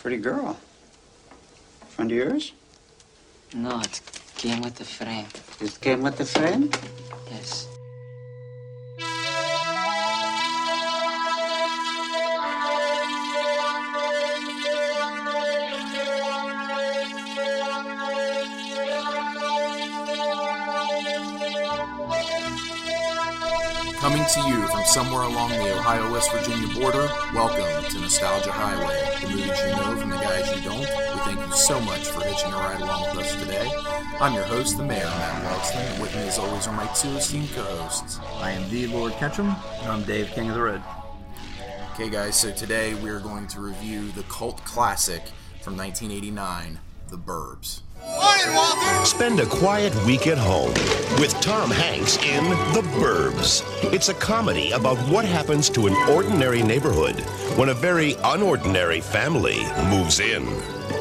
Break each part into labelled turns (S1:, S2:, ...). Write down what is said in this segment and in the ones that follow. S1: Pretty girl. Friend of yours?
S2: No, it came with the frame.
S1: It came with a friend?
S2: Yes.
S3: Coming to you from somewhere along the Ohio West Virginia border, welcome to Nostalgia Highway, the movies you know from the guys you don't. We thank you so much for hitching a ride along with us today. I'm your host, the Mayor Matt Welston, and with me as always are my two esteemed co hosts.
S4: I am the Lord Ketchum. And I'm Dave, King of the Road.
S3: Okay, guys, so today we are going to review the cult classic from 1989, The Burbs.
S5: Spend a quiet week at home with Tom Hanks in The Burbs. It's a comedy about what happens to an ordinary neighborhood when a very unordinary family moves in.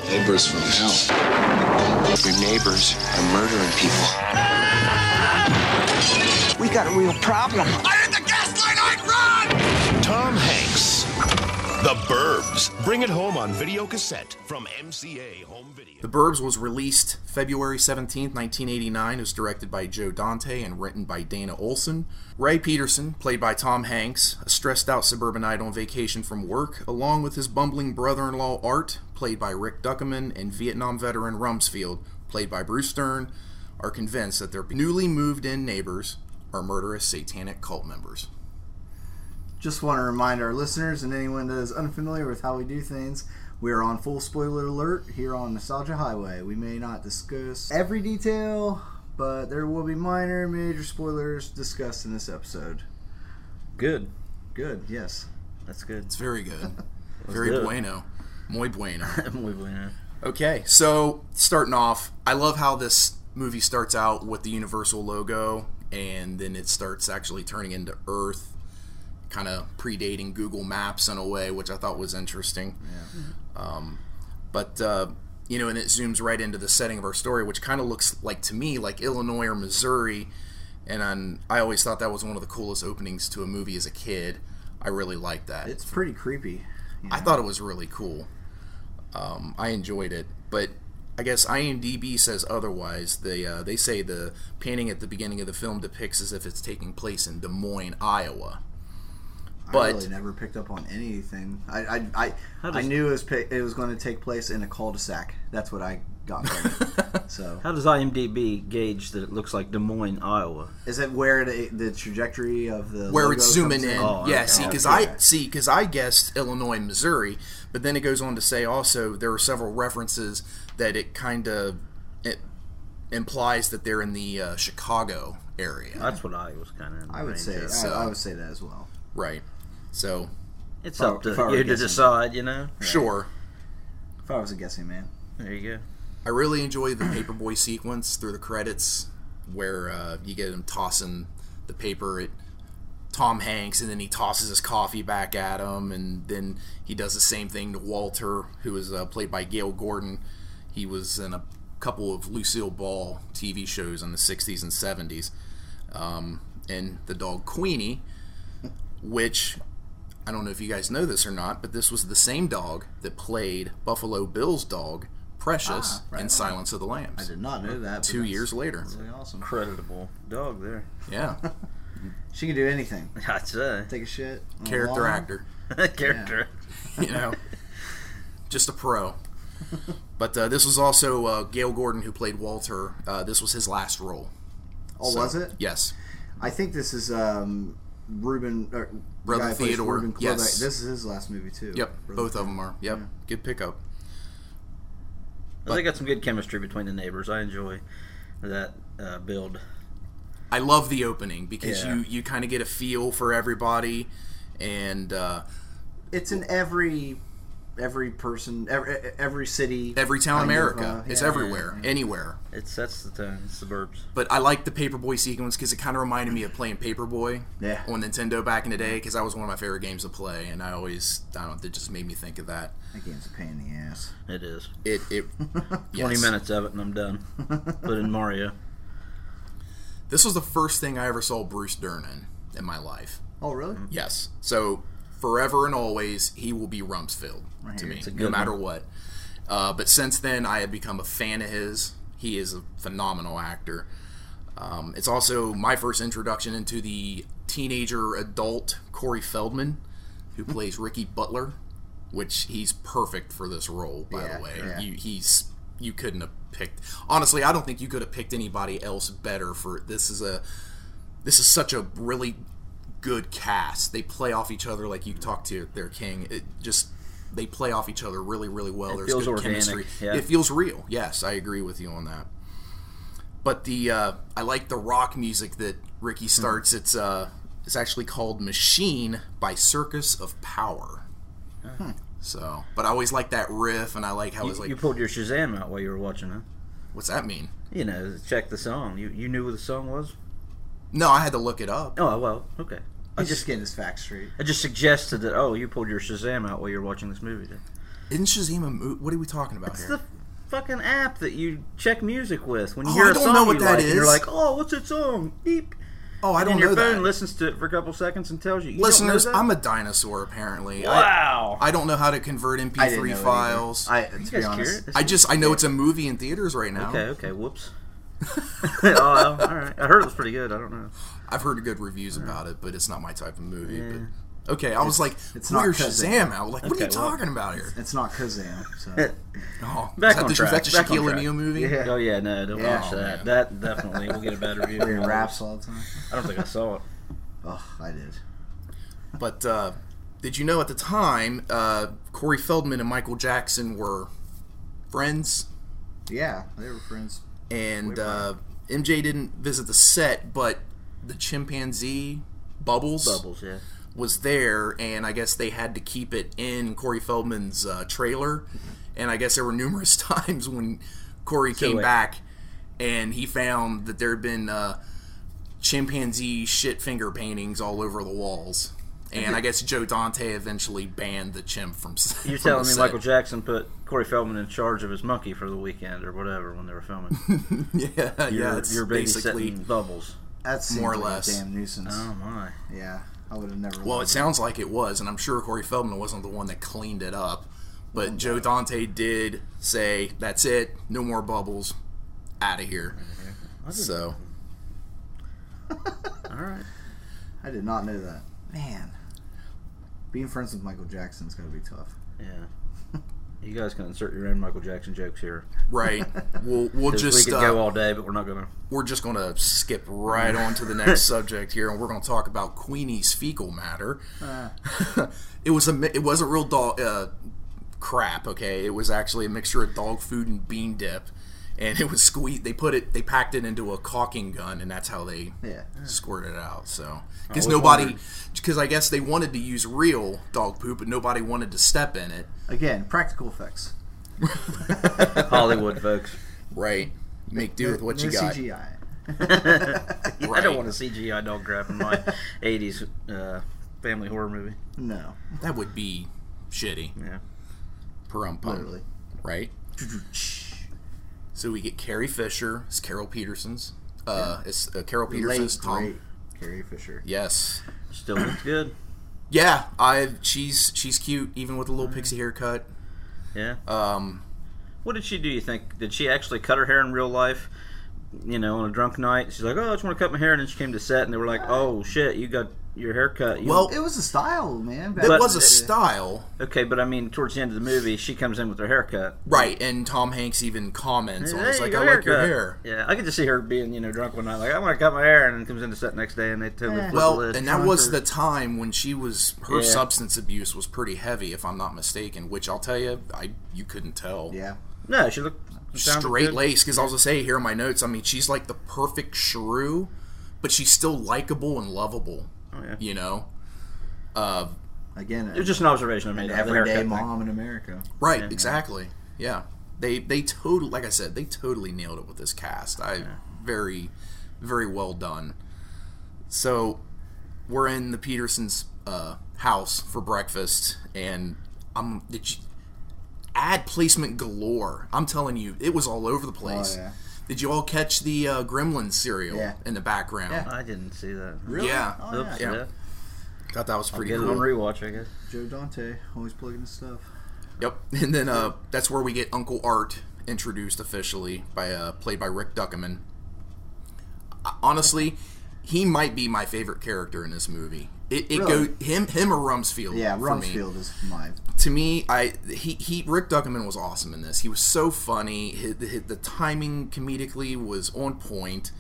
S6: Neighbors from hell. Your neighbors are murdering people.
S7: We got a real problem.
S5: Tom Hanks, The Burbs. Bring it home on video cassette from MCA Home Video.
S3: The Burbs was released February 17, 1989. It was directed by Joe Dante and written by Dana Olson. Ray Peterson, played by Tom Hanks, a stressed out suburbanite on vacation from work, along with his bumbling brother in law Art, played by Rick Duckerman, and Vietnam veteran Rumsfeld, played by Bruce Stern, are convinced that their newly moved in neighbors are murderous satanic cult members.
S8: Just want to remind our listeners and anyone that is unfamiliar with how we do things, we are on full spoiler alert here on Nostalgia Highway. We may not discuss every detail, but there will be minor, major spoilers discussed in this episode.
S4: Good.
S8: Good, yes.
S4: That's good.
S3: It's very good. very
S4: good.
S3: bueno. Muy bueno.
S4: Muy bueno.
S3: Okay, so starting off, I love how this movie starts out with the Universal logo and then it starts actually turning into Earth, kind of predating Google Maps in a way, which I thought was interesting. Um, but, uh, you know, and it zooms right into the setting of our story, which kind of looks like to me like Illinois or Missouri. And I'm- I always thought that was one of the coolest openings to a movie as a kid. I really liked that.
S8: It's pretty creepy.
S3: I thought it was really cool. Um, I enjoyed it, but I guess IMDb says otherwise. They uh, they say the painting at the beginning of the film depicts as if it's taking place in Des Moines, Iowa.
S8: I
S3: But
S8: really never picked up on anything. I I, I, I
S4: does-
S8: knew it was pa- it was going to take place in a cul-de-sac. That's what I got from it. so,
S4: How does IMDb gauge that it looks like Des Moines, Iowa?
S8: is it where the, the trajectory of the
S3: where
S8: logo
S3: it's zooming
S8: comes
S3: in,
S4: Oh,
S3: yeah.
S4: okay.
S3: See, because I
S8: Okay.
S3: see because I guessed Illinois, and Missouri, but then it goes on to say also there are several references that it kind of it implies that they're in the uh, Chicago area,
S4: That's what I was kind of.
S8: I would say I,
S3: so.
S8: I would say that as well.
S3: right? So
S4: it's
S8: If I-
S4: up to
S8: if I were
S4: you to
S8: guessing.
S4: decide. You know.
S3: sure,
S8: If I was a guessing man.
S4: There you go.
S3: I really enjoy the paperboy sequence through the credits, where uh, you get him tossing the paper at Tom Hanks, and then he tosses his coffee back at him, and then he does the same thing to Walter, who is uh, played by Gail Gordon. He was in a couple of Lucille Ball TV shows in the '60s and '70s, um, and the dog Queenie, which I don't know if you guys know this or not, but this was the same dog that played Buffalo Bill's dog, Precious, in Silence of the
S8: I
S3: Lambs.
S8: did not know that. but
S3: Two
S8: that's
S3: years later.
S8: Really awesome.
S4: Creditable dog there.
S3: Yeah.
S8: She can do anything.
S4: I'd say
S8: Take a shit. on a
S3: Character
S8: lawn.
S3: actor.
S4: character.
S3: You know, just a pro. But uh, this was also uh, Gail Gordon, who played Walter. Uh, this was his last role.
S8: Oh,
S3: So-
S8: was it?
S3: Yes.
S8: I think this is um, Ruben. Or the
S3: Brother
S8: guy who plays
S3: Theodore,
S8: Reuben Klubik.
S3: yes.
S8: This is his last movie too.
S3: Yep.
S8: Brother
S3: Both of them are. Yep. Good pickup.
S4: But they got some good chemistry between the neighbors. I enjoy that uh, build.
S3: I love the opening because
S4: Yeah.
S3: you, you kind of get a feel for everybody. And uh,
S8: It's in every every person, every every city,
S3: every town in
S8: kind of,
S3: America.
S8: uh,
S3: it's
S8: yeah.
S3: everywhere, anywhere.
S4: It sets the tone. It's the burbs.
S3: But I like the Paperboy sequence because it kind of reminded me of playing Paperboy
S8: Yeah.
S3: on Nintendo back in the day because that was one of my favorite games to play, and I always, I don't, know, it just made me think of that.
S8: That game's a pain in the ass.
S4: It is.
S3: It, it, yes.
S4: Twenty minutes of it, and I'm done. Put in Mario.
S3: This was the first thing I ever saw Bruce Dern in in my life.
S8: Oh really?
S3: Yes, so forever and always, he will be Rumsfeld to me, no
S4: good
S3: matter what. Uh, but since then, I have become a fan of his. He is a phenomenal actor. Um, it's also my first introduction into the teenager adult Corey Feldman, who
S8: Hmm.
S3: plays Ricky Butler, which he's perfect for this role. By
S8: Yeah,
S3: the way,
S8: yeah.
S3: you, he's you couldn't have picked. Honestly, I don't think you could have picked anybody else better for this. Is a this is such a really good cast. They play off each other like you talk to their king. It just they play off each other really, really well. There's
S4: feels
S3: good
S4: organic,
S3: chemistry.
S4: yeah.
S3: It feels real. Yes, I agree with you on that. But the uh, I like the rock music that
S4: Hmm.
S3: Ricky starts. It's uh, it's actually called Machine by Circus of Power. So, but I always like that riff, and I like how
S4: Hmm. You,
S3: it's like,
S4: you pulled your Shazam out while you were watching, huh?
S3: what's that mean?
S4: You know, check the song. You you knew what the song was?
S3: No, I had to look it up.
S4: Oh well, okay. I
S8: He's just
S4: just
S8: getting his facts straight.
S4: I just suggested that. Oh, you pulled your Shazam out while you were watching this movie. Then.
S3: Isn't Shazam a mo- What are we talking about
S4: It's
S3: here?
S4: the fucking app that you check music with when you
S3: Oh,
S4: hear
S3: I
S4: a
S3: don't
S4: song
S3: know what
S4: you
S3: that
S4: like, and you're
S3: is.
S4: like, oh, what's that song? Beep.
S3: oh, I
S4: and
S3: don't
S4: your
S3: know
S4: phone
S3: that.
S4: listens to it for a couple seconds and tells you. you
S3: Listeners,
S4: don't know that?
S3: I'm a dinosaur apparently. I-
S4: wow.
S3: I don't know how to convert
S8: I didn't know
S3: MP3
S8: it either.
S3: files. I,
S8: I, to
S4: you
S8: be
S4: guys
S8: honest,
S4: curious?
S3: just I know it's a movie in theaters right now.
S4: Okay. Okay. Whoops. oh, well, all right. I heard it was pretty good. I don't know.
S3: I've heard good reviews about it, but it's not my type of movie. But okay, I was like,
S8: it's
S3: "Where's
S8: not 'cause
S3: Shazam out?" Like, what are you
S4: Okay, well-
S3: talking about here?
S8: it's not Kazam. So
S3: Oh,
S4: Back
S3: is that
S4: on
S3: the,
S4: track.
S3: Is that
S4: Back
S3: the
S4: on
S3: Shaquille
S4: track.
S3: O'Neal movie?
S8: Yeah.
S4: Oh yeah, no, don't
S8: Yeah.
S4: watch that. That definitely will get a bad review.
S8: wearing raps all the time.
S4: I don't think I saw it.
S8: Oh, I did.
S3: But uh, did you know at the time uh, Corey Feldman and Michael Jackson were friends?
S8: Yeah, they were friends.
S3: and uh, MJ didn't visit the set, but the chimpanzee Bubbles,
S4: Bubbles, yeah.
S3: was there, and I guess they had to keep it in Corey Feldman's uh, trailer. And I guess there were numerous times when Corey came
S4: wait.
S3: back and he found that there had been uh, chimpanzee shit finger paintings all over the walls. And I guess Joe Dante eventually banned the chimp from. from
S4: You're telling
S3: the
S4: me
S3: set.
S4: Michael Jackson put Corey Feldman in charge of his monkey for the weekend or whatever when they were filming?
S3: Yeah, yeah,
S4: You're-
S3: it's
S4: you're
S3: basically.
S4: babysitting bubbles.
S8: That seems
S3: More or
S8: like
S3: less.
S8: a damn nuisance.
S4: Oh my!
S8: Yeah, I would have never.
S3: Well,
S8: wanted
S3: it sounds like it was, and I'm sure Corey Feldman wasn't the one that cleaned it up. But Joe Dante did say, "That's it, no more bubbles, out of here." So
S4: All right.
S8: I did not know that. Man, being friends with Michael Jackson's got to be tough.
S4: Yeah. You guys can insert your own Michael Jackson jokes here.
S3: right, we'll we'll
S4: 'Cause
S3: just
S4: we could
S3: uh,
S4: go all day, but we're not gonna.
S3: we're just gonna skip right on to the next subject here, and we're gonna talk about Queenie's fecal matter. it was a mi- it was a real dog uh, crap. Okay, it was actually a mixture of dog food and bean dip, and it was squeezed. They put it they packed it into a caulking gun, and that's how they
S8: Yeah.
S3: squirted it out. So because
S4: always
S3: nobody
S4: wondered.
S3: because I guess they wanted to use real dog poop, but nobody wanted to step in it.
S8: Again, practical effects.
S4: Hollywood folks.
S3: Right, make do with what
S8: no
S3: you got.
S8: CGI.
S4: I
S3: Right.
S4: don't want a CGI dog crap in my '80s uh, family horror movie.
S8: No,
S3: That would be shitty.
S4: Yeah.
S3: Perum pum.
S8: literally.
S3: right? So we get Carrie Fisher, it's Carol Peterson's, uh, it's uh, Carol Peterson's
S8: Late,
S3: Tom.
S8: great Carrie Fisher.
S3: Yes,
S4: Still looks good.
S3: yeah, I she's she's cute even with a little pixie haircut.
S4: Yeah.
S3: Um,
S4: What did she do? You think did she actually cut her hair in real life? You know, on a drunk night, she's like, "Oh, I just want to cut my hair," and then she came to set, and they were like, "Oh shit, you got your hair cut." You-
S3: Well,
S8: It was a style, man. Back
S3: it
S4: But-
S3: was a
S8: in the-
S3: style,
S4: okay, but I mean, towards the end of the movie, she comes in with her haircut.
S3: right? And Tom Hanks even comments on it.
S4: Hey,
S3: It's like,
S4: you
S3: I
S4: got a
S3: like your hair.
S4: haircut." Yeah, I could just see her being, you know, drunk one night, like, "I want to cut my hair," and then comes in to set next day, and they totally
S8: Yeah.
S4: flip
S3: Well,
S4: the lid.
S3: and that
S8: John
S3: was
S8: Hurt.
S3: the time when she was her
S4: Yeah.
S3: substance abuse was pretty heavy, if I'm not mistaken. Which I'll tell you, I you couldn't tell.
S8: Yeah.
S4: no, she looked sounded
S3: straight
S4: good.
S3: laced because I was gonna say here in my notes. I mean, she's like the perfect shrew, but she's still likable and lovable.
S4: Oh, yeah.
S3: You know, uh,
S8: Again,
S4: It was just an observation I made.
S8: an
S4: about the haircut
S8: everyday
S4: thing.
S8: mom in America.
S3: right? exactly. Yeah, they they totally like I said they totally nailed it with this cast. I very very well done. So we're in the Petersons' uh, house for breakfast, and I'm did you ad placement galore. I'm telling you, it was all over the place.
S8: Oh, yeah.
S3: Did you all catch the uh, Gremlin cereal
S8: Yeah.
S3: in the background?
S8: Yeah.
S4: I didn't see that.
S8: Really?
S3: Yeah.
S8: Oh,
S4: Oops,
S8: yeah.
S4: yeah.
S3: Yeah. Thought that was pretty
S4: Get it
S3: cool.
S4: on rewatch, I guess.
S8: Joe Dante, always plugging his stuff.
S3: Yep. And then uh, that's where we get Uncle Art introduced officially by uh, played by Rick Duckerman. Uh, Honestly, he might be my favorite character in this movie. It, it
S8: Really?
S3: go him him or Rumsfeld.
S8: Yeah,
S3: for me.
S8: Rumsfeld is my
S3: To me, I he, he Rick Duckerman was awesome in this. He was so funny. Hi the, the timing comedically was on point.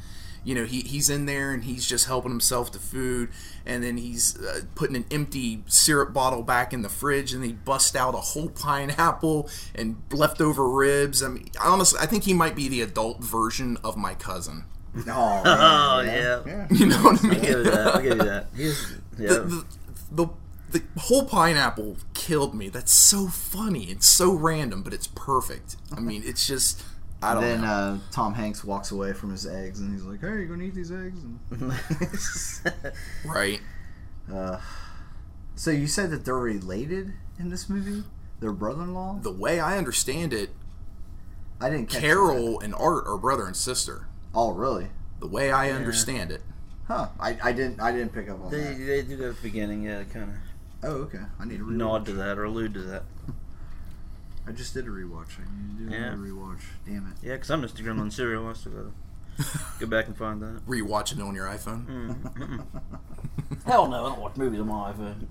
S3: You know, he, he's in there and he's just helping himself to food, and then he's uh, putting an empty syrup bottle back in the fridge, and he busts out a whole pineapple and leftover ribs. I mean, honestly, I think he might be the adult version of my cousin.
S8: Oh,
S4: Oh yeah,
S3: You know what I mean?
S4: I'll give you that. I'll give you that. He's yeah.
S3: the, the the whole pineapple killed me. That's so funny. It's so random, but it's perfect. I mean, it's just I don't
S8: Then
S3: know.
S8: uh, Tom Hanks walks away from his eggs and he's like, "Hey, you gonna eat these eggs?" And,
S3: right?
S8: so you said that they're related in this movie? They're brother-in-law.
S3: The way I understand it,
S8: I didn't catch that.
S3: Carol and Art are brother and sister.
S8: Oh, really?
S3: The way I understand it.
S8: Huh? I, I didn't I didn't pick up on
S4: They,
S8: that.
S4: they do that at the beginning, yeah, kind
S8: Oh, okay. I need to
S4: of
S8: rewatch.
S4: nod to that or allude to that.
S8: I just did a rewatch. I need to do
S4: Yeah.
S8: another rewatch. Damn it.
S4: Yeah, 'cause I missed the Gremlin cereal. I still gotta go back and find that.
S3: Rewatch it on your iPhone.
S4: Hell no, I don't watch movies on my iPhone.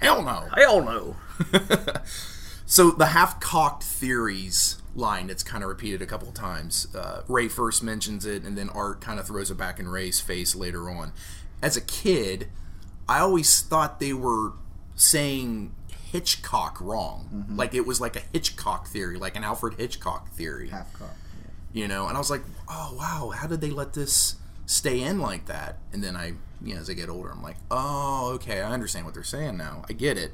S3: Hell no.
S4: Hell no.
S3: So the half-cocked theories line that's kind of repeated a couple of times. Uh, Ray first mentions it, and then Art kind of throws it back in Ray's face later on. As a kid, I always thought they were saying Hitchcock wrong,
S4: Mm-hmm.
S3: like it was like a Hitchcock theory, like an Alfred Hitchcock theory,
S8: Half caught.
S3: you know. And I was like, oh wow, how did they let this stay in like that? And then I, you know, as I get older, I'm like, oh okay, I understand what they're saying now. I get it.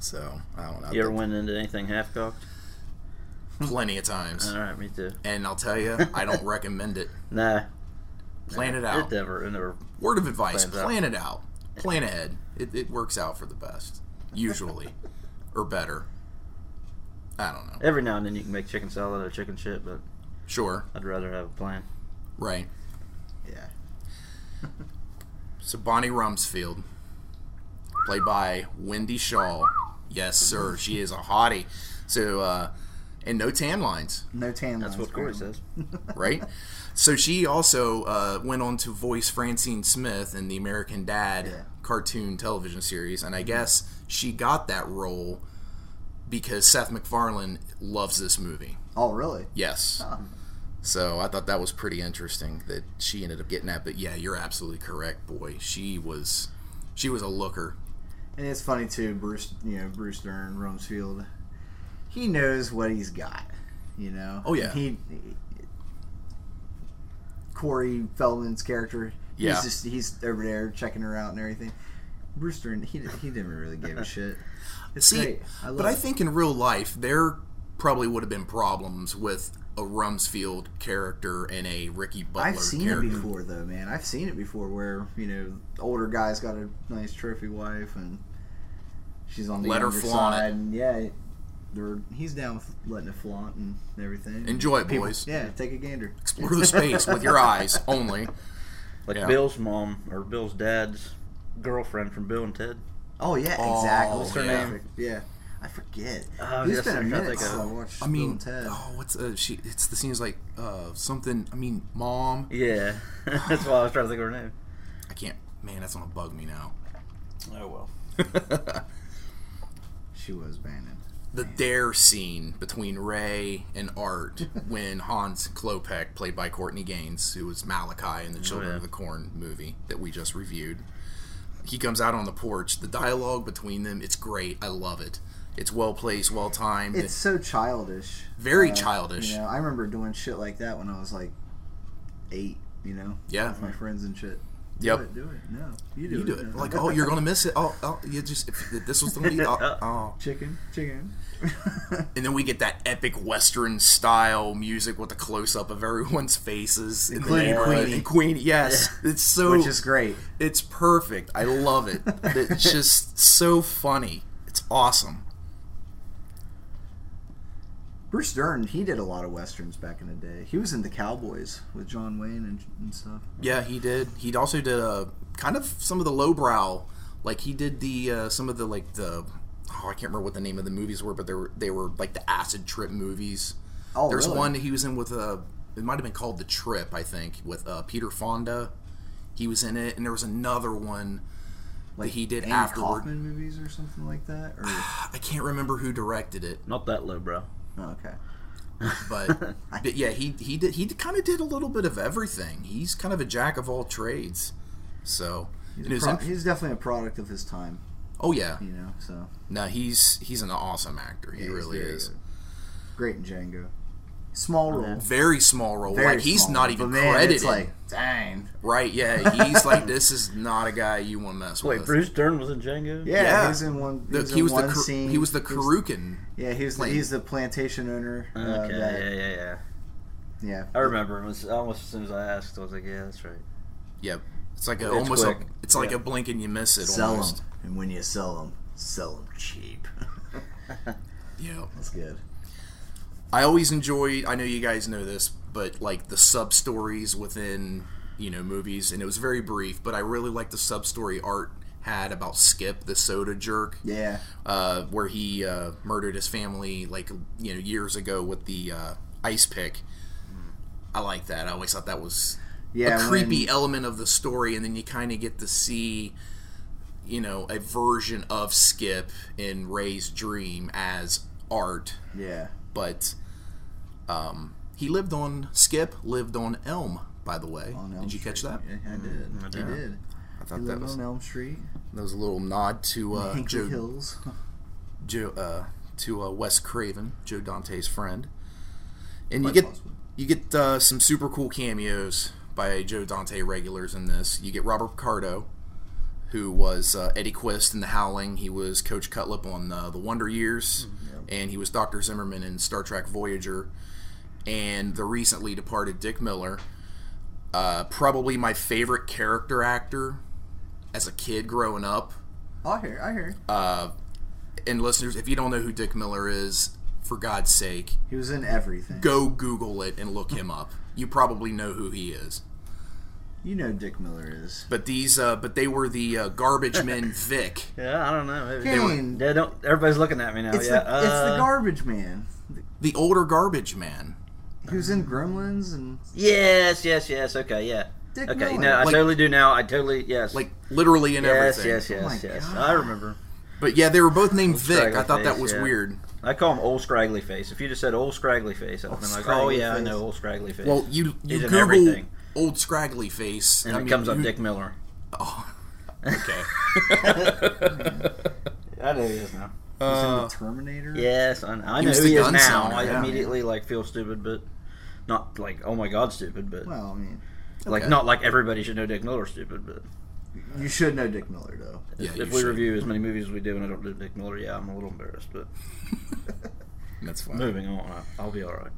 S3: So I don't know.
S4: You ever went into anything half cocked?
S3: plenty of times.
S4: All right, me too.
S3: And I'll tell you, I don't recommend it.
S4: Nah,
S3: Plan it
S4: it
S3: out.
S4: never, it never.
S3: Word of advice:
S4: Plans out.
S3: plan it out. Plan ahead. It, it works out for the best, usually, or better. I don't know.
S4: Every now and then you can make chicken salad or chicken shit, but
S3: Sure,
S4: I'd rather have a plan.
S3: right.
S8: Yeah.
S3: So Bonnie Rumsfeld, played by Wendy Shaw. Yes, sir. She is a hottie. So, uh, and no tan lines.
S8: No tan
S4: That's
S8: lines.
S4: what Corey
S8: apparently.
S4: says.
S3: right? So she also uh, went on to voice Francine Smith in the American Dad
S8: Yeah.
S3: cartoon television series, and I guess she got that role because Seth MacFarlane loves this movie.
S8: Oh, really?
S3: Yes. So I thought that was pretty interesting that she ended up getting that. But yeah, you're absolutely correct, boy. She was, she was a looker.
S8: And it's funny too, Bruce. You know, Bruce Dern, Rumsfeld. He knows what he's got. You know.
S3: Oh, yeah.
S8: He, he- Corey Feldman's character.
S3: Yeah.
S8: He's just he's over there checking her out and everything. Bruce Dern, he he didn't really give a shit. It's
S3: See,
S8: great. I love
S3: but I
S8: it.
S3: think in real life there probably would have been problems with a Rumsfeld character and a Ricky Butler
S8: I've seen
S3: character.
S8: it before, though, man. I've seen it before where you know the older guy's got a nice trophy wife and she's on the
S3: Let her
S8: younger
S3: flaunt it.
S8: side, and yeah, they're, he's down with letting it flaunt and everything.
S3: Enjoy it, boys.
S8: Yeah, take a gander.
S3: Explore the space with your eyes only.
S4: Like
S3: Yeah.
S4: Bill's mom or Bill's dad's girlfriend from Bill and Ted.
S8: Oh yeah,
S3: Oh,
S8: exactly.
S3: What's her yeah. name?
S8: Yeah, I forget.
S4: Oh,
S8: it's
S4: yes,
S8: been a
S4: I'm trying to
S8: minute
S4: think
S8: since I
S4: of-
S8: watched
S3: I mean,
S8: Bill and Ted.
S3: oh, what's uh, she? It's the scenes like uh, something. I mean, mom.
S4: Yeah, that's why I was trying to think of her name.
S3: I can't. Man, that's gonna bug me now.
S4: Oh well.
S8: She was banned.
S3: The dare scene between Ray and Art when Hans Klopek, played by Courtney Gaines, who was Malachi
S8: Oh,
S3: in the Children
S4: yeah.
S3: of the Corn movie that we just reviewed, he comes out on the porch. The dialogue between them, it's great. I love it. It's well placed, well timed.
S8: It's so childish.
S3: very
S8: Uh,
S3: childish.
S8: You know, I remember doing shit like that when I was like eight. You know,
S3: Yeah.
S8: with my friends and shit. Do
S3: Yep.
S8: it, do it. No, you do
S3: You
S8: it.
S3: do it.
S8: No.
S3: Like, oh, you're gonna miss it. Oh, oh you just if this was the lead. Oh, oh.
S8: chicken, chicken.
S3: And then we get that epic Western style music with the close up of everyone's faces, in the
S8: Including
S3: neighborhood.
S8: Queenie.
S3: And Queenie, yes, it's so
S8: Which is great.
S3: it's perfect. I love it. it's just so funny. It's awesome.
S8: Bruce Dern, he did a lot of westerns back in the day. He was in The Cowboys with John Wayne and, and stuff.
S3: Yeah, he did. He also did uh kind of some of the lowbrow, like he did the uh, some of the like the oh I can't remember what the name of the movies were, but they were they were like the acid trip movies.
S8: Oh,
S3: There's
S8: really?
S3: one he was in with uh it might have been called The Trip, I think, with uh, Peter Fonda. He was in it, and there was another one that he did
S8: Andy
S3: afterward.
S8: Kaufman movies or something like that. Or
S3: I can't remember who directed it,
S4: Not that low, bro.
S8: oh, okay,
S3: but, but yeah, he he did he kind of did a little bit of everything. He's kind of a jack of all trades. So
S8: he's,
S3: and it
S8: a
S3: was
S8: pro-
S3: int-
S8: he's definitely a product of his time.
S3: oh yeah,
S8: You know, so
S3: No, he's he's an awesome actor. He
S8: Yeah, he's
S3: really
S8: very
S3: is.
S8: good. Great in Django. Small role.
S3: Very small role.
S8: Very
S3: like he's
S8: small,
S3: not even
S8: but man,
S3: credited.
S8: It's like, dang.
S3: right? Yeah, he's like this is not a guy you want to mess
S4: Wait,
S3: with.
S4: Bruce Dern was in Django.
S8: Yeah,
S3: Yeah.
S8: he was in one. He
S3: The-
S8: was,
S3: he,
S8: in
S3: was the
S8: one
S3: Kar-
S8: scene.
S3: he was the Karukan.
S8: Yeah, he was. The,
S3: Plane.
S8: he's the plantation owner. uh,
S4: Okay.
S8: that-
S4: yeah, yeah, yeah.
S8: yeah.
S4: I remember. It was almost as soon as I asked, I was like, "Yeah, that's right."
S3: Yep. It's like a,
S4: It's
S3: almost a,
S4: quick.
S3: it's like
S4: Yeah.
S3: a blink and you miss it.
S8: Sell
S3: almost.
S8: them, and when you sell them, sell them cheap.
S3: Yep.
S8: That's good.
S3: I always enjoy. I know you guys know this, but like the sub stories within you know movies, and it was very brief. But I really like the sub story art had about Skip the soda jerk.
S8: Yeah.
S3: uh, where he uh, murdered his family like you know years ago with the uh, ice pick. I like that. I always thought that was
S8: Yeah.
S3: a
S8: when-
S3: creepy element of the story, and then you kind of get to see, you know, a version of Skip in Ray's dream as art,
S8: yeah.
S3: but um, he lived on Skip lived on Elm. By the way,
S8: On Elm
S3: did you catch
S8: Street.
S3: that?
S8: Yeah, I did. I
S4: Yeah.
S8: did.
S3: I
S8: He
S3: thought that
S8: lived
S3: was
S8: on Elm Street,
S3: that was a little nod to uh,
S8: Hinkley
S3: Joe
S8: Hills.
S3: Joe uh, to uh, Wes Craven, Joe Dante's friend, and you
S8: Quite
S3: get
S8: possibly.
S3: you get uh, some super cool cameos by Joe Dante regulars in this. You get Robert Picardo, who was uh, Eddie Quist in The Howling. He was Coach Cutlip on uh, The Wonder Years, and he was Doctor Zimmerman in Star Trek Voyager, and the recently departed Dick Miller. Uh, probably my favorite character actor as a kid growing up
S8: Oh, I hear. I hear.
S3: Uh, and listeners, if you don't know who Dick Miller is, for God's sake,
S8: he was in everything.
S3: go Google it and look him up. You probably know who he is.
S8: You know Dick Miller is.
S3: But these, uh, but they were the uh, garbage men Vic.
S4: Yeah, I don't know. Maybe
S8: They were- Kane.
S4: Yeah, don't. Everybody's looking at me now.
S8: It's,
S4: Oh, yeah.
S8: the, it's the
S4: uh,
S8: garbage man.
S3: The older garbage man.
S8: He was in Gremlins and
S4: Yes, yes, yes. Okay, yeah.
S8: Dick
S4: okay,
S8: Miller.
S4: no, I
S3: Like-
S4: totally do now. I totally yes.
S3: Like literally in
S4: yes,
S3: everything.
S4: yes, yes,
S8: my
S4: yes, yes.
S8: God.
S4: I remember.
S3: But yeah, they were both named Vic. I
S4: straggler
S3: thought that
S4: face,
S3: was
S4: yeah.
S3: weird.
S4: I call him old scraggly face. If you just said old scraggly face, I'd have been like, oh
S8: Scraggly
S4: yeah, I
S8: Face.
S4: know old scraggly face.
S3: Well, you you
S4: He's in
S3: Google
S4: everything.
S3: old scraggly face,
S4: and
S3: I
S4: it
S3: mean,
S4: comes up
S3: you-
S4: Dick Miller.
S3: Okay.
S4: I know he is now.
S8: he's in
S4: Oh.
S8: the Terminator.
S4: Yes, I know, I
S3: He
S4: know
S3: was
S4: who
S3: the
S4: he is
S3: gun
S4: now.
S3: sound,
S4: I
S3: yeah.
S4: immediately like feel stupid, but not like oh my god, stupid, but
S8: Well, I mean,
S4: like
S3: okay.
S4: not like everybody should know Dick Miller stupid, but
S8: you should know Dick Miller though.
S3: Yeah, you
S4: if we
S3: should.
S4: review as many movies as we do and I don't do Dick Miller, yeah, I'm a little embarrassed, but
S3: That's fine.
S4: moving on, I- I'll be all right.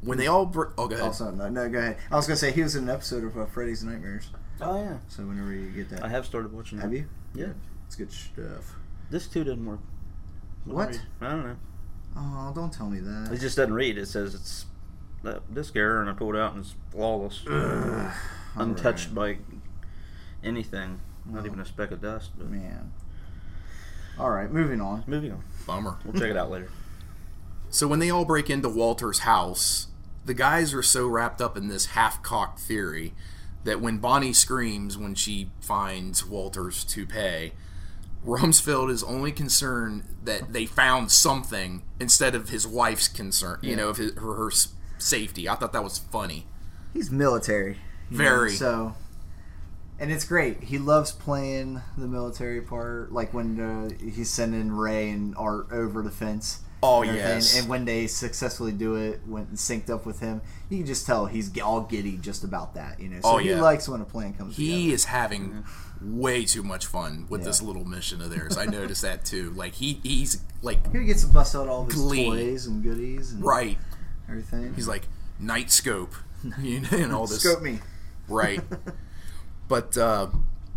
S3: When they all br- oh go ahead.
S8: Also, no, no, go ahead. I was gonna say he was in an episode of uh, Freddy's Nightmares.
S4: Oh yeah,
S8: So whenever you get that,
S4: I have started watching.
S8: Have
S4: that.
S8: you?
S4: Yeah,
S8: It's good stuff.
S4: this too didn't work. Wouldn't
S8: What?
S4: read. I don't know.
S8: Oh, don't tell me
S4: It
S8: that.
S4: just doesn't read. It says it's uh, disc error, and I pulled it out, and it's flawless, untouched by anything, not even a speck of dust. But
S8: man. All right, moving on.
S4: moving on,
S3: Bummer.
S4: we'll check it out later.
S3: So when they all break into Walter's house, the guys are so wrapped up in this half-cocked theory that when Bonnie screams when she finds Walter's toupee, Rumsfeld is only concerned that they found something instead of his wife's concern, you know, of his, her, her s- safety. I thought that was funny.
S8: He's military. you
S3: Very.
S8: so. And it's great. He loves playing the military part, like when uh, he's sending Ray and Art over the fence.
S3: Oh,
S8: and everything.
S3: yes.
S8: And when they successfully do it, when synced up with him, you can just tell he's g- all giddy just about that. You know, so
S3: Oh,
S8: he
S3: yeah.
S8: likes when a plan comes.
S3: He
S8: together.
S3: is having way too much fun with this
S8: Yeah.
S3: little mission of theirs. I noticed that too. Like he he's like
S8: He gets to bust out all of his
S3: Glee.
S8: toys and goodies and
S3: right.
S8: everything.
S3: He's like night scope. You know, and all this
S8: scope me.
S3: Right. but uh,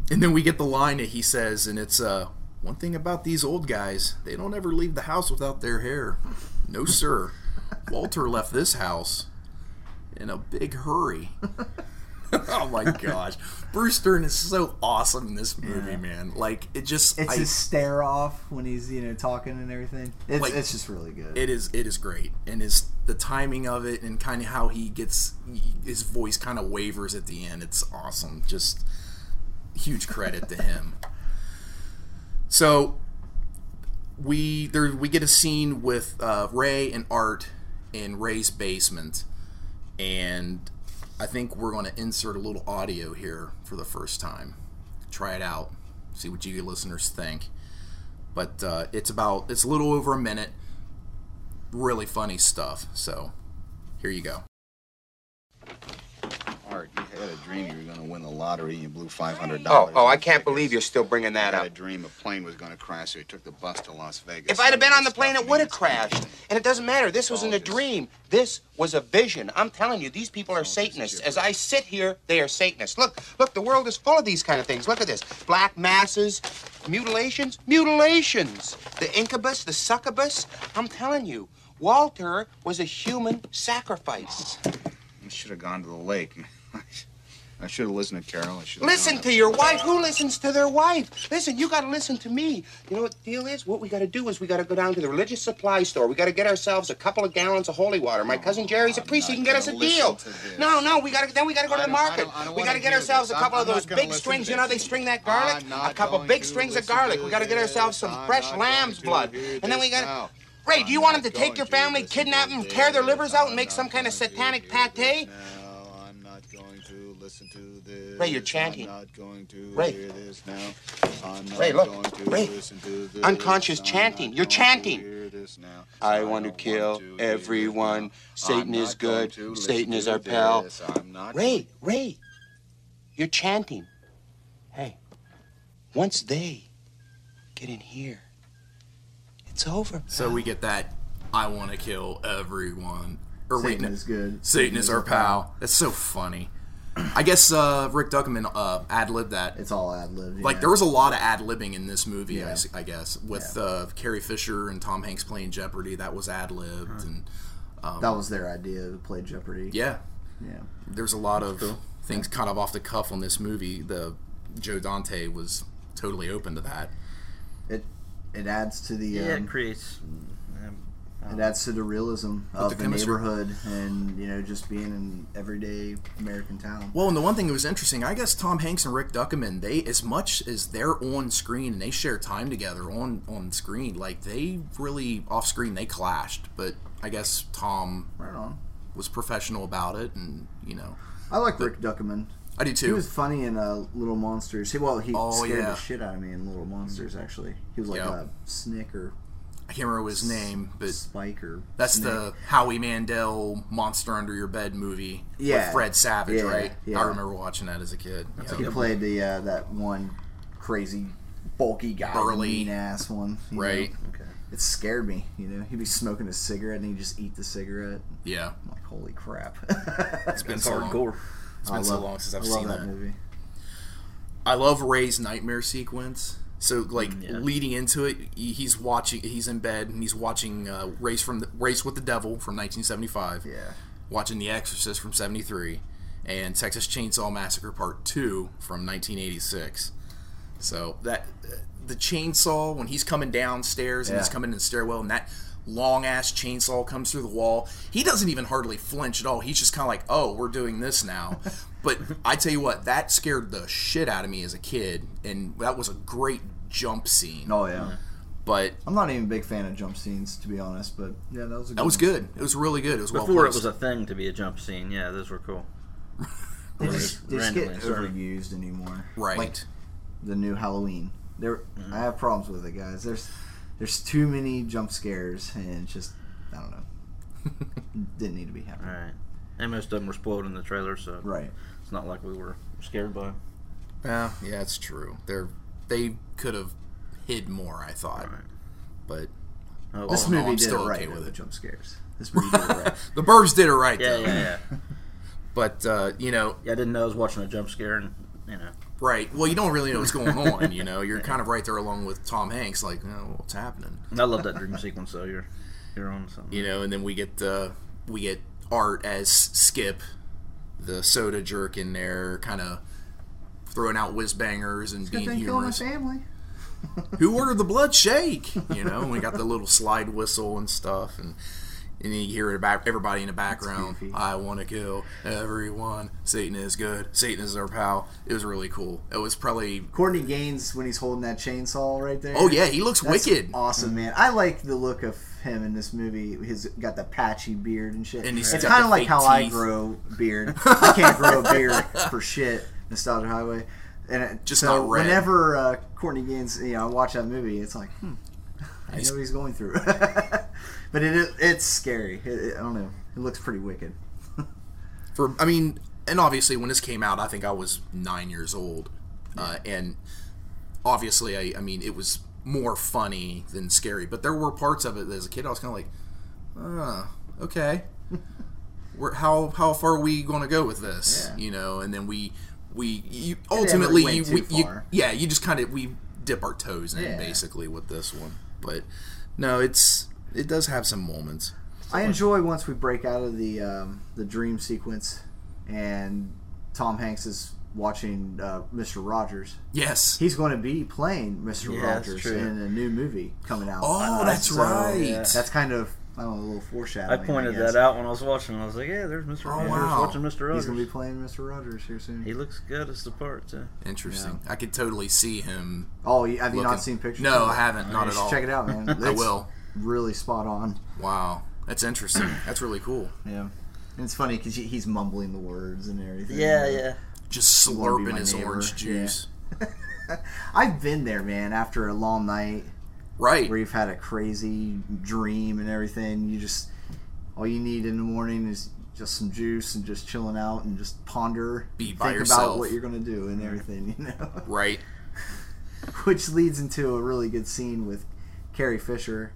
S3: and then we get the line that he says, and it's uh, one thing about these old guys, they don't ever leave the house without their hair. No, sir. Walter left this house in a big hurry. oh my gosh. Bruce Dern is so awesome in this movie, man. Like it just
S8: It's
S3: I-
S8: his stare off when he's you know talking and everything. It's,
S3: Like-
S8: it's just really good.
S3: it is it is great and is the timing of it and kind of how he gets his voice kind of wavers at the end it's awesome just huge credit to him so we there we get a scene with uh, ray and art in ray's basement and i think we're going to insert a little audio here for the first time try it out see what you listeners think but uh, it's about it's a little over a minute really funny stuff. So here you go.
S6: Art, you had a dream you were going to win the lottery and you blew $500.
S9: Oh, oh, I can't believe you're still bringing
S6: You
S9: that
S6: had a
S9: up.
S6: dream a plane was going to crash, so you took the bus to Las Vegas.
S9: If I'd have been on the
S6: Stuff
S9: plane, it
S6: means
S9: would have crashed. And it doesn't matter. This wasn't a
S6: All just-
S9: dream. This was a vision. I'm telling you, these people are Satanists. As I sit here, they are Satanists. Look, look, the world is full of these kind of things. Look at this black masses, mutilations, mutilations. The incubus, the succubus. I'm telling you, Walter was a human sacrifice.
S6: I should have gone to the lake. I should have listened to Carol. I should have
S9: Listen to your wife. Who listens to their wife? Listen, you got to listen to me. You know what the deal is? What we got to do is we got to go down to the religious supply store. We got to get ourselves a couple of gallons of holy water. My cousin Jerry's a priest. He
S6: not
S9: can get us a
S6: gonna listen
S9: deal.
S6: to this.
S9: No, no, we got to. Then we got to go to
S6: I
S9: the
S6: don't- I
S9: market.
S6: don't- I don't
S9: We
S6: wanna
S9: got to get
S6: hear
S9: ourselves a
S6: this.
S9: couple
S6: I'm-
S9: of
S6: I'm
S9: those
S6: not gonna
S9: big
S6: listen
S9: strings.
S6: to
S9: You know
S6: this.
S9: they string that
S6: I'm
S9: garlic.
S6: not
S9: A couple
S6: going
S9: big
S6: to
S9: strings of
S6: listen
S9: garlic.
S6: to
S9: We got to get
S6: this.
S9: ourselves some
S6: I'm
S9: fresh
S6: not going
S9: lamb's
S6: to
S9: blood,
S6: do
S9: and then we
S6: this
S9: got.
S6: now.
S9: to Ray, do you
S6: I'm
S9: want them to
S6: not
S9: take your
S6: going to
S9: family,
S6: listen to
S9: kidnap them,
S6: this.
S9: tear their livers out, and
S6: I'm
S9: make
S6: not
S9: some kind of
S6: going to
S9: satanic
S6: do this
S9: pate?
S6: now. I'm not going to listen to this.
S9: Ray, you're chanting.
S6: I'm not going to
S9: Ray.
S6: hear this now. I'm not
S9: Ray, look.
S6: going to
S9: Ray.
S6: listen to this.
S9: Unconscious
S6: I'm
S9: chanting.
S6: not
S9: You're
S6: going
S9: chanting.
S6: To hear this now.
S9: I
S6: don't
S9: want to kill
S6: hear this
S9: everyone.
S6: now.
S9: Satan
S6: I'm
S9: is
S6: not going
S9: good.
S6: to listen
S9: Satan is
S6: to
S9: our pal.
S6: this. I'm not
S9: Ray, Ray, you're chanting. Hey, once they get in here, it's over.
S3: So we get that I want to kill everyone. Or wait,
S8: Satan
S3: no,
S8: is good.
S3: Satan is our pal. That's so funny. I guess uh, Rick Duckerman uh, ad libbed that.
S8: It's all ad lib.
S3: Like there was a lot of ad libbing in this movie, I
S8: Yeah.
S3: s- I, guess, with uh, Carrie Fisher and Tom Hanks playing Jeopardy. That was ad libbed,
S8: Uh-huh.
S3: and
S8: that was their idea to play Jeopardy.
S3: yeah,
S8: yeah.
S3: there's a lot of things kind of off the cuff on this movie. The Joe Dante was totally open to that.
S8: It it adds to the
S4: Yeah, it
S8: um,
S4: creates. Um,
S8: it adds to the realism of
S3: the
S8: the,
S3: chemistry-
S8: neighborhood and you know just being an everyday American town.
S3: Well, and the one thing that was interesting, I guess Tom Hanks and Rick Duckerman, they as much as they're on screen and they share time together on on screen, like they really off screen they clashed. But I guess Tom
S8: Right on.
S3: was professional about it, and you know,
S8: I like Rick Duckerman.
S3: I do too.
S8: He was funny in uh, Little Monsters. He, well, he
S3: Oh,
S8: scared
S3: yeah. Mm.
S8: the shit out of me in Little Monsters. Actually, he was like
S3: Yeah.
S8: a Snick or
S3: I can't remember his name, but
S8: Spike or
S3: that's
S8: Snick.
S3: the Howie Mandel Monster Under Your Bed movie with
S8: Yeah.
S3: Fred Savage,
S8: Yeah,
S3: right?
S8: yeah.
S3: I remember watching that as a kid. Yeah.
S8: He played the uh, that one crazy bulky guy,
S3: Burly.
S8: mean ass one, you know?
S3: Right.
S4: okay.
S8: It scared me. You know, he'd be smoking a cigarette and he'd just eat the cigarette.
S3: yeah.
S8: I'm like, holy crap!
S3: It's been
S4: It's
S3: so long.
S4: hardcore.
S3: It's been
S8: I
S3: so
S8: love-
S3: long since I've
S8: I love
S3: seen
S8: that,
S3: that.
S8: movie.
S3: I love Ray's nightmare sequence. So like
S8: Mm,
S3: leading into it, he- he's watching. He's in bed and he's watching uh, Race from the, Race with the Devil from 1975.
S8: Yeah.
S3: Watching The Exorcist from 73, and Texas Chainsaw Massacre Part Two from 1986. So that uh, the chainsaw when he's coming downstairs and he's
S8: Yeah.
S3: coming in the stairwell and that long ass chainsaw comes through the wall. He doesn't even hardly flinch at all. He's just kind of like, "Oh, we're doing this now." but I tell you what, that scared the shit out of me as a kid, and that was a great jump scene.
S8: Oh yeah.
S3: But
S8: I'm not even a big fan of jump scenes to be honest, but yeah, that was a good
S3: that was
S8: one.
S3: good. It was really good. It was
S4: Um, Before
S3: well
S4: it was a thing to be a jump scene. Yeah, those were cool.
S8: They just, they just get
S4: Randomly, sorry.
S8: overused anymore.
S3: right. Mm-hmm.
S8: Like the new Halloween. There, I have problems with it, guys. There's, there's too many jump scares and it's just, I don't know, didn't need to be
S4: All
S8: happening.
S4: right. And most of them were spoiled in the trailer, so
S8: Right.
S4: it's not like we were scared by. 'em.
S3: Yeah, yeah, it's true. They're they could have hid more. I thought,
S4: Right.
S3: but
S4: Oh,
S3: This No,
S4: well.
S8: This movie
S3: I'm
S8: did it
S3: still okay
S8: right
S3: with
S8: with the
S3: it.
S8: jump scares. This movie did it right.
S3: the birds did it right.
S4: oh. Yeah,
S3: though.
S4: yeah, yeah.
S3: But uh, you know,
S4: Yeah, I didn't know I was watching a jump scare, and you know,
S3: Right. Well, you don't really know what's going on. You know, you're kind of right there along with Tom Hanks, like, oh, what's happening?
S4: I love that dream sequence. though. you're You're on something.
S3: you know, and then we get uh, we get Art as Skip, the soda jerk in there, kind of throwing out whiz bangers and
S8: Good
S3: being
S8: thing killing my
S3: humorous.
S8: family.
S3: Who ordered the blood shake? You know, and we got the little slide whistle and stuff, and and you hear it about everybody in the background.
S8: goofy.
S3: I want to kill everyone. Satan is good. Satan is our pal. It was really cool. It was probably
S8: Courtney Gaines when he's holding that chainsaw right there.
S3: oh yeah, he looks
S8: That's
S3: wicked.
S8: Awesome, man. I like the look of him in this movie. He's got the patchy beard and shit.
S3: And he's
S8: it's
S3: got
S8: kind of
S3: the
S8: like
S3: fake
S8: how I
S3: teeth.
S8: grow beard. I can't grow a beard for shit. Nostalgia Highway. And it,
S3: Just
S8: so
S3: not red.
S8: whenever uh, Courtney Gaines, you know, I watch that movie, it's like, hmm, I know what he's going through. but it is, it's scary. It, it- I don't know. It looks pretty wicked.
S3: for I mean, and obviously when this came out, I think I was nine years old, uh, and obviously I, I mean it was more funny than scary, but there were parts of it that as a kid I was kind of like, uh, okay, We're, how how far are we going to go with this?
S8: Yeah.
S3: You know, and then we we you,
S8: never
S3: ultimately
S8: went
S3: you,
S8: too
S3: we, you
S8: far.
S3: yeah you just kind of we dip our toes in
S8: Yeah.
S3: basically with this one, but no, it's it does have some moments.
S8: I enjoy once we break out of the um, the dream sequence, and Tom Hanks is watching uh, Mister Rogers.
S3: Yes.
S8: He's going to be playing Mister
S4: Yeah, that's
S8: Rogers
S4: true.
S8: in a new movie coming out. Uh,
S3: Oh, that's right.
S4: yeah.
S8: That's kind of I don't know, a little foreshadowing.
S4: I pointed
S8: guess.
S4: that out when I was watching. I was like, "Yeah, there's Mr. Rogers
S3: wow.
S4: watching Mr.
S8: He's
S4: Rogers.
S8: going to be playing Mister Rogers here soon.
S4: He looks good as the part too.
S3: Interesting. I could totally see him.
S8: oh, you- have you
S3: looking-
S8: not seen pictures?
S3: No,
S8: of it?
S3: I haven't. Not
S8: You
S3: at
S8: should
S3: all.
S8: Check it out, man.
S3: I will.
S8: Really spot on.
S3: Wow, that's interesting. That's really cool.
S8: Yeah. And it's funny because he's mumbling the words and everything.
S3: Just
S8: You wanna be
S3: slurping
S8: my
S3: his
S8: neighbor.
S3: orange juice.
S8: I've been there, man. After a long night,
S3: Right.
S8: where you've had a crazy dream and everything. You just all you need in the morning is just some juice and just chilling out and just ponder,
S3: Be
S8: think
S3: by
S8: about
S3: yourself.
S8: what you're gonna do and everything, you know.
S3: Right.
S8: Which leads into a really good scene with Carrie Fisher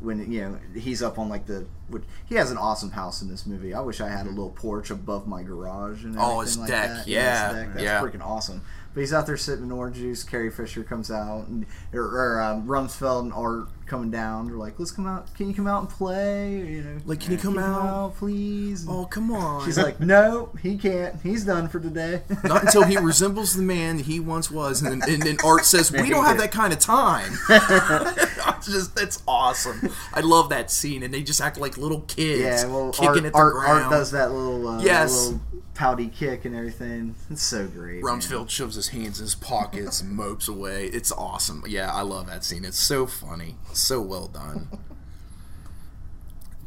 S8: when you know he's up on like the which, he has an awesome house in this movie. I wish I had a little porch above my garage and
S3: Mm-hmm. Oh,
S8: everything
S3: his
S8: like
S3: deck,
S8: that.
S3: yeah,
S8: his That's
S3: yeah.
S8: freaking awesome. But he's out there sipping orange juice. Carrie Fisher comes out, and or, or um, Rumsfeld and Art coming down. They're like, "Let's come out. Can you come out and play? Or, you know,
S3: Like, can you come out?
S8: please?" And
S3: Oh, come on.
S8: she's like, "No, he can't. He's done for today."
S3: Not until he resembles the man he once was, and then, and then Art says, "We don't have that kind of time." I was just that's awesome. I love that scene, and they just act like little kids,
S8: Yeah, well,
S3: kicking
S8: Art,
S3: at the
S8: Art,
S3: ground.
S8: Art does that little, uh,
S3: Yes.
S8: little pouty kick and everything. It's so great. man.
S3: Rumsfeld shoves his hands in his pockets and mopes away. It's awesome. Yeah, I love that scene. It's so funny. So well done.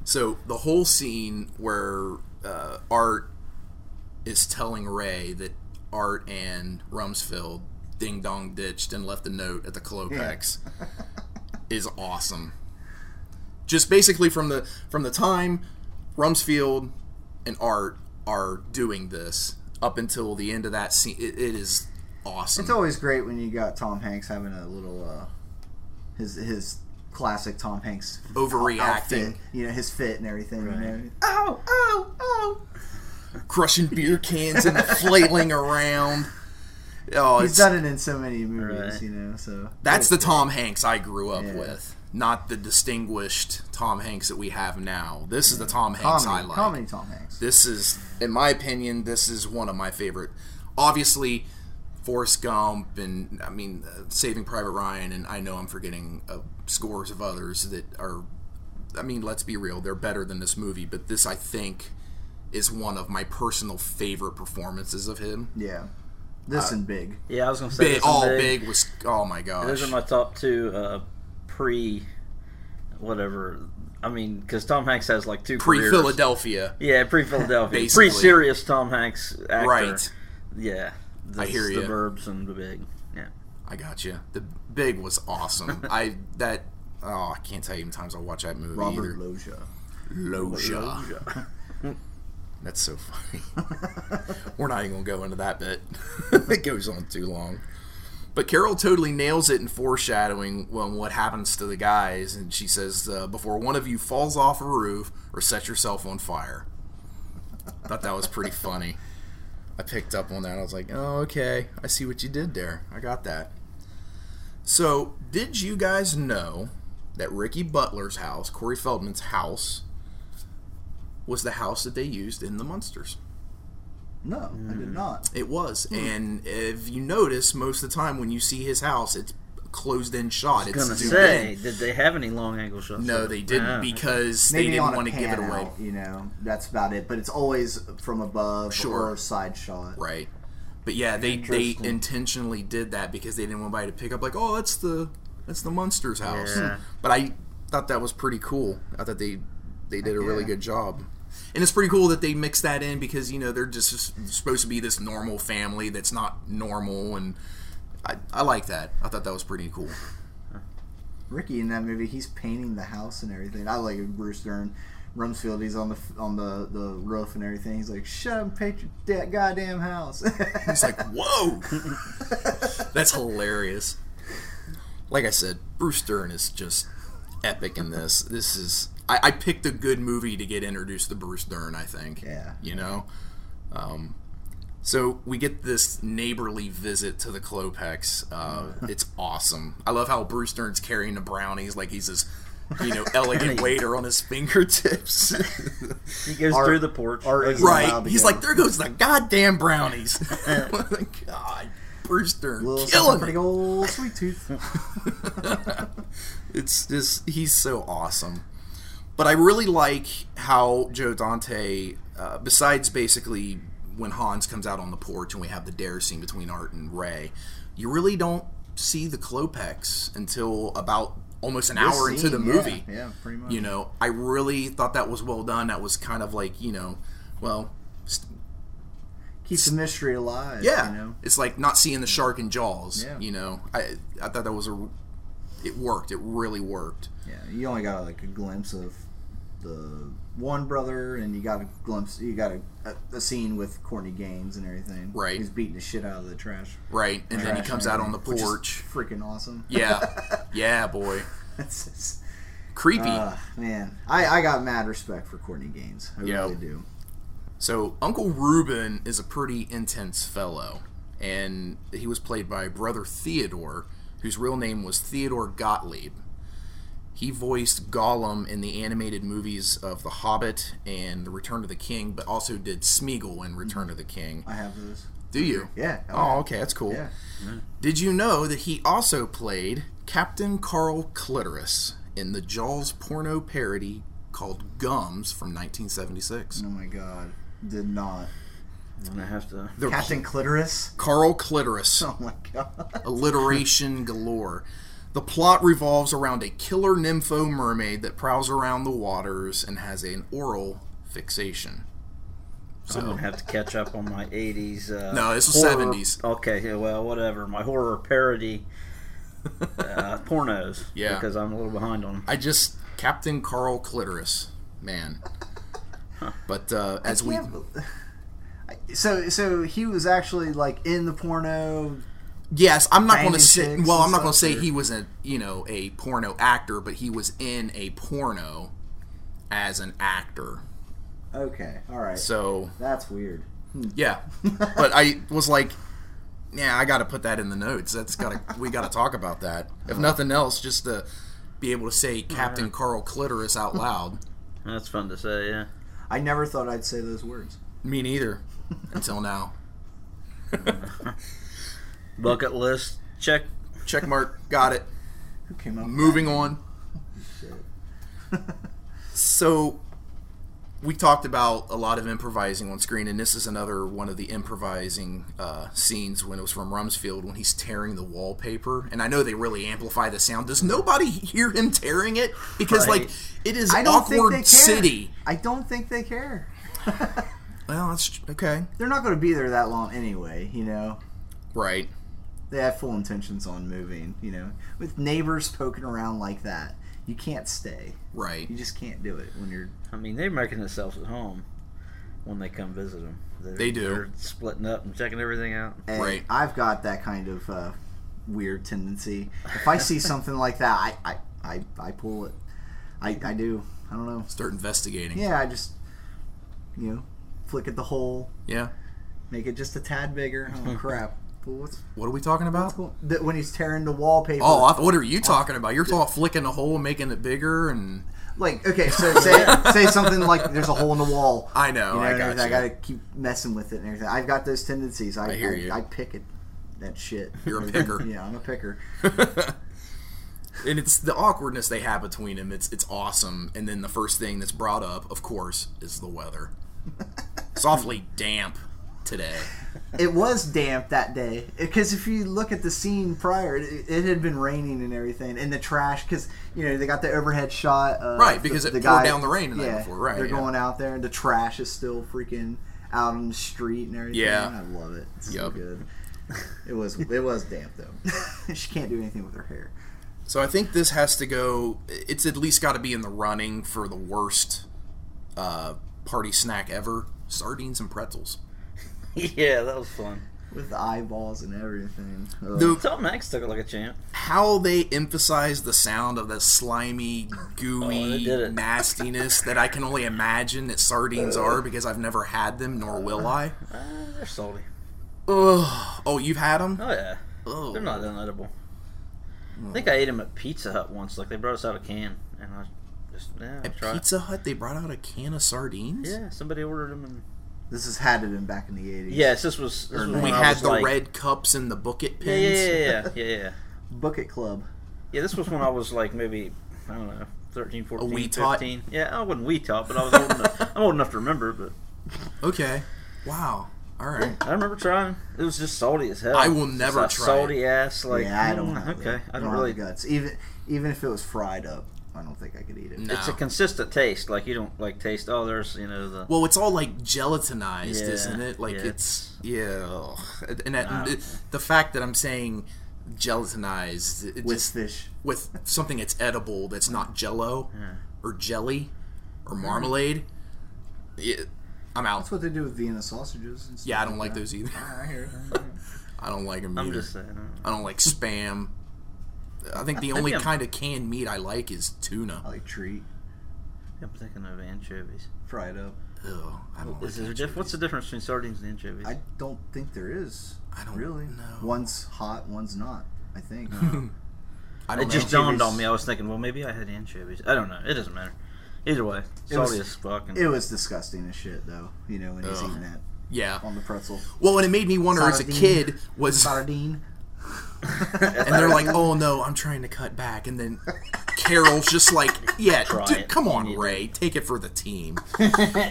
S3: so the whole scene where uh, Art is telling Ray that Art and Rumsfeld ding dong ditched and left a note at the Clopex is awesome. Just basically from the from the time Rumsfeld and Art are doing this up until the end of that scene, it, it is awesome.
S8: It's always great when you got Tom Hanks having a little uh, his his classic Tom Hanks
S3: Overreacting.
S8: outfit, you know, his fit and everything. You know? Ah,
S3: Crushing beer cans and flailing around. Oh,
S8: He's
S3: it's,
S8: done it in so many movies,
S4: Right.
S8: you know. So
S3: that's the Tom Hanks I grew up
S8: Yeah.
S3: with, not the distinguished Tom Hanks that we have now. This is the Tom Hanks I
S8: comedy,
S3: like.
S8: comedy Tom Hanks.
S3: This is, in my opinion, this is one of my favorite. Obviously, Forrest Gump and I mean uh, Saving Private Ryan, and I know I'm forgetting uh, scores of others that are. I mean, let's be real; they're better than this movie. But this, I think, is one of my personal favorite performances of him.
S8: yeah, this
S3: Uh,
S8: and Big.
S4: Yeah, I was gonna say
S3: Big,
S4: this
S3: all
S4: someday.
S3: big was oh my gosh!
S4: Those are my top two uh, pre, whatever. I mean, because Tom Hanks has like two
S3: Pre
S4: careers.
S3: Philadelphia,
S4: Yeah, pre Philadelphia,
S3: Basically.
S4: pre serious Tom Hanks actor.
S3: right?
S4: Yeah. The,
S3: I hear
S4: the
S3: ya.
S4: verbs and the big. Yeah.
S3: I got you. The big was awesome. I that oh I can't tell you how many times I watch that movie.
S8: Robert
S3: either.
S8: Loggia.
S3: Loja. That's so funny. We're not even gonna go into that bit. it goes on too long. But Carol totally nails it in foreshadowing when what happens to the guys, and she says, uh, "Before one of you falls off a roof or sets yourself on fire." Thought that was pretty funny. I picked up on that. I was like, "Oh, okay. I see what you did there. I got that." So, did you guys know that Ricky Butler's house, Corey Feldman's house, was the house that they used in the Munsters.
S8: No, I did not.
S3: It was,
S8: Hmm.
S3: and if you notice, most of the time when you see his house, it's closed in shot. It's
S4: gonna
S3: zoomed
S4: say,
S3: in.
S4: did they have any long angle shots?
S3: no, they didn't
S4: Ah.
S3: because
S8: Maybe
S3: they
S8: on
S3: didn't
S8: a
S3: want to give it
S8: pan
S3: away.
S8: out, you know, that's about it. But it's always from above
S3: Sure.
S8: or side shot.
S3: Right. But yeah, they they intentionally did that because they didn't want anybody to pick up like, oh, that's the that's the Munsters house. Hmm.
S4: Yeah.
S3: But I thought that was pretty cool. I thought they they did a really
S8: Yeah.
S3: good job. And it's pretty cool that they mixed that in because you know they're just supposed to be this normal family that's not normal, and I, I like that. I thought that was pretty cool.
S8: Ricky in that movie, he's painting the house and everything. I like Bruce Dern. Rumsfeld, he's on the on the, the roof and everything. He's like, "Shut up, and paint your da- goddamn house."
S3: It's like, whoa, that's hilarious. Like I said, Bruce Dern is just epic in this. This is I, I picked a good movie to get introduced to Bruce Dern. I think.
S8: Yeah.
S3: You know. Um, so we get this neighborly visit to the Klopex. Uh, it's awesome. I love how Bruce Dern's carrying the brownies like he's this, you know, elegant waiter on his fingertips.
S4: He goes
S8: Art-
S4: through the porch.
S8: Art is allowed
S3: Right.
S8: to
S3: He's
S8: go.
S3: like, there goes the goddamn brownies. God, Bruce Dern
S8: Little something
S3: killing
S8: pretty
S3: it.
S8: old sweet tooth.
S3: It's just he's so awesome. But I really like how Joe Dante, uh, besides basically when Hans comes out on the porch and we have the dare scene between Art and Ray, you really don't see the Klopex until about almost an hour into
S8: scene,
S3: the
S8: yeah,
S3: movie.
S8: yeah, pretty much.
S3: You know, I really thought that was well done. That was kind of like you know, well, st-
S8: Keeps the mystery alive.
S3: Yeah,
S8: you know?
S3: it's like not seeing the shark in Jaws.
S8: Yeah.
S3: You know, I I thought that was a it worked. It really worked.
S8: Yeah, you only got like a glimpse of the one brother, and you got a glimpse. You got a, a, a scene with Courtney Gaines and everything.
S3: Right.
S8: he's beating the shit out of the trash.
S3: Right, and then he
S8: trash
S3: comes
S8: and
S3: out on the
S8: everything, which is
S3: porch.
S8: freaking awesome.
S3: Yeah, yeah, boy,
S8: It's- it's-
S3: creepy.
S8: uh, man, I, I got mad respect for Courtney Gaines. I
S3: Yeah.
S8: really do.
S3: so Uncle Reuben is a pretty intense fellow, and he was played by brother Theodore, whose real name was Theodore Gottlieb. He voiced Gollum in the animated movies of The Hobbit and The Return of the King, but also did Smeagol in Return of the King.
S8: I have those.
S3: Do you?
S8: Yeah.
S3: Oh, okay, that's cool.
S8: Yeah.
S3: Did you know that he also played Captain Carl Clitoris in the Jaws porno parody called Gums from 1976?
S8: Oh my god, did not.
S4: I'm gonna have to.
S3: The-
S8: Captain Clitoris.
S3: Carl Clitoris,
S8: Oh my god.
S3: alliteration galore. The plot revolves around a killer nympho mermaid that prowls around the waters and has an oral fixation.
S4: I'm gonna have to catch up on my '80s. Uh,
S3: No, this was
S4: horror-
S3: 70s.
S4: Okay, yeah, well, whatever. My horror parody uh, pornos.
S3: Yeah.
S4: because I'm a little behind on them.
S3: I just Captain Carl Clitoris, man. But uh, as we
S8: Yeah, but- So so he was actually like in the porno.
S3: Yes, I'm not going to
S8: Banging
S3: say.
S8: chicks
S3: Well,
S8: and
S3: I'm not going to
S8: stuff,
S3: say
S8: or-
S3: he was a you know a porno actor, but he was in a porno as an actor.
S8: Okay, all right.
S3: So
S8: That's weird.
S3: yeah, but I was like, yeah, I got to put that in the notes. That's got to we got to talk about that. If nothing else, just to be able to say Captain Carl Clitoris out loud.
S4: That's fun to say. Yeah,
S8: I never thought I'd say those words.
S3: Me neither, until now.
S4: bucket list check.
S3: Check mark. Got it.
S8: Who came up? with
S3: Moving on.
S8: that shit?
S3: So we talked about a lot of improvising on screen, and this is another one of the improvising uh, scenes when it was from Rumsfeld when he's tearing the wallpaper. And I know they really amplify the sound. Does nobody hear him tearing it? Because like
S4: Right.
S3: it is
S8: I don't think
S3: awkward
S8: they care.
S3: city.
S8: I don't think they care.
S3: Well, that's tr- okay.
S8: They're not going to be there that long anyway. You know,
S3: Right.
S8: they have full intentions on moving. You know, with neighbors poking around like that, you can't stay.
S3: Right.
S8: You just can't do it when you're.
S4: I mean, they're making themselves at home when they come visit them. They're,
S3: They do.
S4: They're splitting up and checking everything out.
S8: and
S3: Right.
S8: I've got that kind of uh, weird tendency. If I see something like that, I I, I, I pull it. I, I do. I don't know.
S3: Start investigating.
S8: Yeah, I just you know flick at the hole,
S3: Yeah.
S8: make it just a tad bigger. Oh crap! Well, what's,
S3: What are we talking about?
S8: what's going- that when he's tearing the wallpaper?
S3: Oh, I, what are you talking about? You're talking flicking the hole, making it bigger, and
S8: like okay, so say say something like there's a hole in the wall.
S3: I know, I
S8: and
S3: got
S8: everything.
S3: you.
S8: I gotta keep messing with it and everything. I've got those tendencies. I,
S3: I hear
S8: I,
S3: you.
S8: I pick it. That shit.
S3: You're a picker.
S8: yeah, I'm a picker.
S3: and it's the awkwardness they have between them. It's it's awesome. And then the first thing that's brought up, of course, is the weather. it's awfully damp today.
S8: It was damp that day because if you look at the scene prior, it, it had been raining and everything, and the trash because you know they got the overhead shot. Of
S3: Right, because
S8: the,
S3: it
S8: the
S3: poured
S8: guy-
S3: down the rain the night
S8: yeah,
S3: before, right,
S8: they're
S3: yeah.
S8: going out there, and the trash is still freaking out on the street and everything.
S3: Yeah.
S8: I love it. It's so
S3: Yup.
S8: good. It was it was damp though. she can't do anything with her hair.
S3: So I think this has to go. It's at least got to be in the running for the worst uh, party snack ever: sardines and pretzels.
S4: yeah, that was fun.
S8: with the eyeballs and everything. Ugh.
S3: The-
S4: Tom Hanks took it like a champ.
S3: how they emphasize the sound of the slimy,
S4: Oh, they
S3: gooey
S4: did it.
S3: nastiness that I can only imagine that sardines are because I've never had them, nor will I.
S4: Uh, They're salty.
S3: Ugh. Oh, you've had them?
S4: Oh yeah,
S3: Ugh.
S4: they're not unedible. I
S3: Oh.
S4: think I ate them at Pizza Hut once. Like they brought us out a can, and I just yeah, I
S3: At
S4: tried.
S3: Pizza Hut, they brought out a can of sardines.
S4: Yeah, somebody ordered them, and
S8: This is had it been back in the eighties.
S4: yes, this was. This was
S3: When
S4: when
S3: we
S4: I
S3: had
S4: was
S3: the
S4: like-
S3: red cups and the bucket
S4: Yeah,
S3: pins.
S4: yeah, yeah, yeah, yeah, yeah.
S8: Bucket Club.
S4: Yeah, this was when I was like maybe I don't know, 13, 14,
S3: wee tot?
S4: 15. Yeah, I wasn't wee tot, but I was old enough. I'm old enough to remember. But
S3: Okay. Wow. All right.
S4: I remember trying. It was just salty as hell.
S3: I will
S4: Just
S3: never
S4: that
S3: try it.
S4: salty ass. Like
S8: yeah, I don't.
S4: mm,
S8: have
S4: okay,
S8: that.
S4: I don't really.
S8: have the guts. Even even if it was fried up, I don't think I could eat it.
S3: No.
S4: It's a consistent taste. Like you don't like taste. Oh, there's you know the.
S3: Well, it's all like gelatinized,
S4: Yeah,
S3: isn't it? Like
S4: yeah,
S3: it's yeah. And that, the fact that I'm saying gelatinized it
S8: With
S3: just,
S8: fish.
S3: with something that's edible that's not jello or jelly or marmalade, yeah, I'm out.
S8: That's what they do with Vienna sausages. And stuff
S3: Yeah, I don't like
S8: that.
S3: those either.
S8: I hear that.
S3: I don't like them
S4: I'm
S3: either.
S4: just saying. I don't know.
S3: I don't like spam. I think the only
S4: I'm-
S3: kind of canned meat I like is
S8: I
S3: tuna.
S8: like treat
S4: I'm thinking of anchovies.
S8: fried up.
S3: Ugh, I don't
S4: Is
S3: like
S4: there a diff- what's the difference between sardines and anchovies?
S8: I don't think there is.
S3: I don't
S8: really.
S3: know.
S8: One's hot, one's not. I think.
S3: I
S4: it
S3: don't
S4: just
S3: know.
S4: dawned on me. I was thinking, well, maybe I had anchovies. I don't know. It doesn't matter. Either way,
S8: It was-
S4: salty as fuck. And
S8: it was disgusting as shit, though. You know, when he's
S3: Ugh.
S8: eating that
S3: Yeah.
S8: on the pretzel
S3: Well, and it made me wonder as
S8: Sardine.
S3: a kid was
S8: sardine.
S3: and they're like, "Oh no, I'm trying to cut back," and then Carol's just like, "Yeah, dude,
S4: it.
S3: come on, Ray, take it for the team,"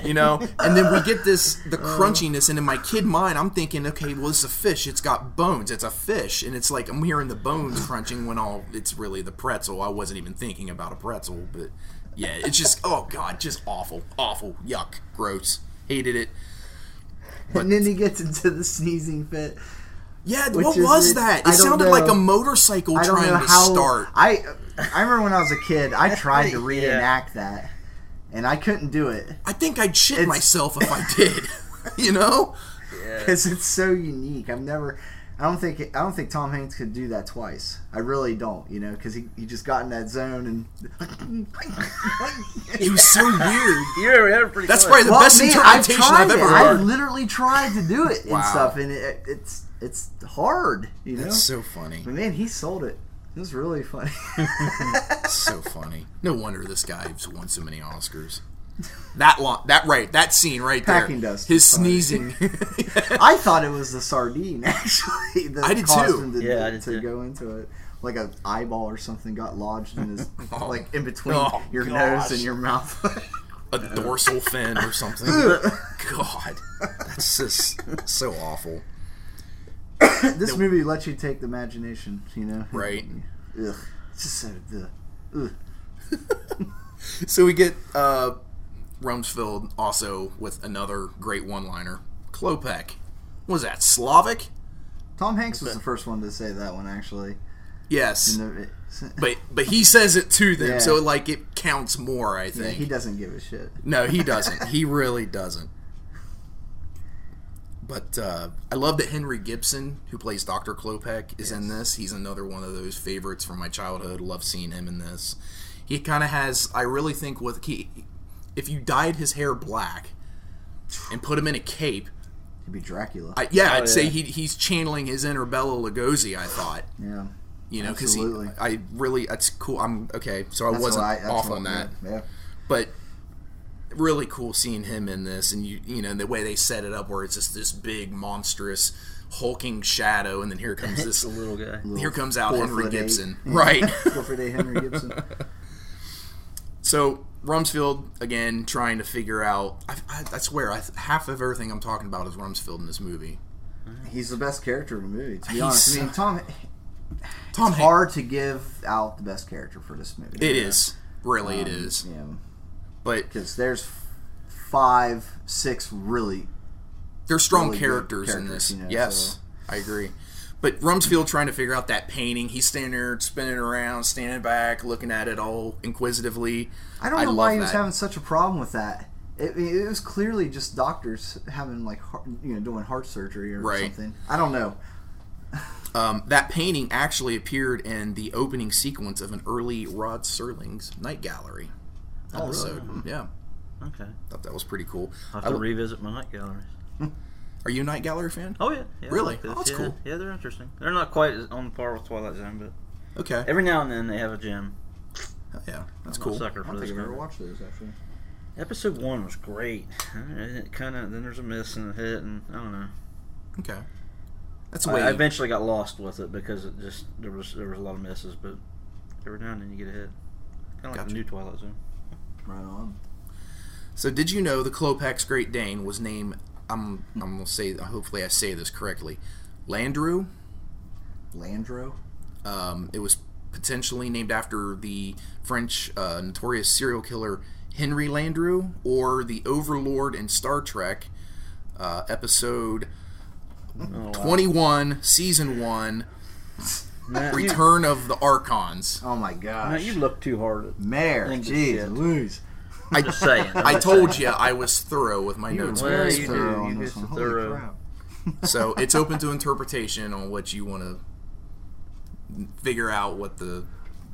S3: you know. And then we get this the
S8: Uh.
S3: crunchiness, and in my kid mind, I'm thinking, "Okay, well, it's a fish. It's got bones. It's a fish," and it's like I'm hearing the bones crunching when all it's really the pretzel. I wasn't even thinking about a pretzel, but yeah, it's just oh god, just awful, awful, yuck, gross, hated it.
S8: and then he gets into the sneezing fit.
S3: Yeah,
S8: Which
S3: what
S8: is
S3: was
S8: it?
S3: that?
S8: I
S3: It
S8: don't
S3: sounded
S8: know.
S3: like a motorcycle
S8: I don't
S3: trying
S8: know
S3: to
S8: how.
S3: start.
S8: I I remember when I was a kid, I tried to reenact that, and I couldn't do it
S3: I think I'd shit
S8: It's-
S3: myself if I did. you know?
S8: because it's so unique. I've never. I don't think I don't think Tom Hanks could do that twice. I really don't, you know, because he, he just got in that zone and.
S3: It was so weird.
S4: you're, you're pretty
S3: That's
S4: close.
S3: probably the
S8: Well,
S3: best
S8: man,
S3: interpretation
S8: tried
S3: I've,
S8: it.
S3: ever
S8: I've
S3: heard.
S8: literally tried to do it and
S3: Wow.
S8: stuff, and it, it's it's hard, you know.
S3: funny.
S8: But man, he sold it. It was really funny.
S3: so funny. No wonder this guy's won so many Oscars. That lo- that right, that scene right there.
S8: Packing dust
S3: His
S8: is funny.
S3: sneezing.
S8: I thought it was the sardine actually that
S3: I did
S8: caused
S3: too.
S8: him to,
S4: Yeah, I did
S8: to
S4: too.
S8: go into it. Like an eyeball or something got lodged in his like in between
S3: Oh,
S8: your
S3: gosh.
S8: nose and your mouth.
S3: a dorsal fin or something. God, that's just so awful.
S8: this movie lets you take the imagination, you know?
S3: Right.
S8: Ugh. It's just so ugh. Ugh.
S3: So we get uh, Rumsfeld also with another great one-liner. Klopek. Was that Slavic?
S8: Tom Hanks was the first one to say that one actually.
S3: Yes.
S8: No, it-
S3: but but he says it to them,
S8: Yeah.
S3: so like it counts more. I think.
S8: he doesn't give a shit.
S3: no, he doesn't. he really doesn't. But uh, I love that Henry Gibson, who plays Doctor Klopek, is in this. He's another one of those favorites from my childhood. Love seeing him in this. He kind of has. I really think with he, if you dyed his hair black and put him in a cape,
S8: He'd be Dracula.
S3: I, yeah, I'd say
S4: yeah.
S3: he, he's channeling his inner Bella Lugosi. I thought,
S8: yeah.
S3: you know, because
S8: Absolutely.
S3: I really that's cool. I'm okay, so I
S8: That's
S3: wasn't
S8: what I- that's
S3: off
S8: what-
S3: on that,
S8: Yeah. yeah.
S3: but really cool seeing him in this, and you you know the way they set it up where it's just this big monstrous hulking shadow, and then here comes this
S4: The little guy.
S3: here comes out
S8: Four
S3: Henry
S8: foot eight.
S3: Gibson,
S8: Yeah.
S3: right?
S8: Clifford A. Henry Gibson.
S3: So Rumsfeld again trying to figure out. I, I, I swear, I, half of everything I'm talking about is Rumsfeld in this movie.
S8: He's the best character in the movie, to be
S3: He's
S8: honest. I mean,
S3: so-
S8: Tom,
S3: Tom
S8: it's
S3: Hanks-
S8: hard to give out the best character for this movie. Um,
S3: It is really it is,
S8: Yeah.
S3: but
S8: Because there's five, six really.
S3: they're strong
S8: really good
S3: characters, in
S8: characters,
S3: this.
S8: you know,
S3: yes,
S8: so-
S3: I agree. But Rumsfeld trying to figure out that painting. He's standing there, spinning around, standing back, looking at it all inquisitively.
S8: I don't know
S3: love
S8: why he was
S3: that.
S8: having such a problem with that. It, it was clearly just doctors having like heart, you know doing heart surgery or
S3: Right.
S8: something. I don't know.
S3: Um, that painting actually appeared in the opening sequence of an early Rod Serling's Night Gallery
S4: Oh,
S3: episode. Yeah,
S4: Okay.
S3: thought that was pretty cool.
S4: I'll
S3: I-
S4: have to revisit my night galleries.
S3: are you a Night Gallery fan?
S4: Oh, yeah. yeah I
S3: Really?
S4: like those.
S3: Oh, that's
S4: yeah,
S3: cool.
S4: Yeah, they're interesting. They're not quite as on par with Twilight Zone, but
S3: Okay.
S4: every now and then they have a gem.
S3: Yeah, that's
S4: I'm
S3: cool.
S4: a sucker
S8: I
S4: for
S8: don't
S4: those.
S8: think I've ever
S4: kinda-
S8: watched those actually.
S4: Episode one was great. And It kind of then there's a miss and a hit, and I don't know.
S3: Okay. That's the
S4: I,
S3: way.
S4: I eventually got lost with it because it just there was there was a lot of misses, but every now and then you get a hit. Kind of like
S3: Gotcha.
S4: the new Twilight Zone.
S8: Right on.
S3: so, did you know the Klopex Great Dane was named? I'm I'm gonna say hopefully I say this correctly. Landru.
S8: Landro.
S3: Um, it was potentially named after the French uh, notorious serial killer Henry Landru, or the Overlord in Star Trek uh, episode
S4: Oh, wow.
S3: 21, season one,
S4: Matt, you,
S3: Return of the Archons.
S8: Oh my gosh.
S4: Matt, you look too hard. At,
S8: Mayor.
S4: Think it's
S8: Jeez,
S4: shit.
S8: Louise.
S4: I'm just saying.
S3: I told you I was thorough with my
S8: You were
S3: notes.
S4: Well,
S8: very
S4: you do.
S8: thorough on
S4: You
S8: this
S4: hit
S8: one.
S4: the
S8: Holy
S4: thorough.
S8: crap.
S3: So it's open to interpretation on what you want to figure out what the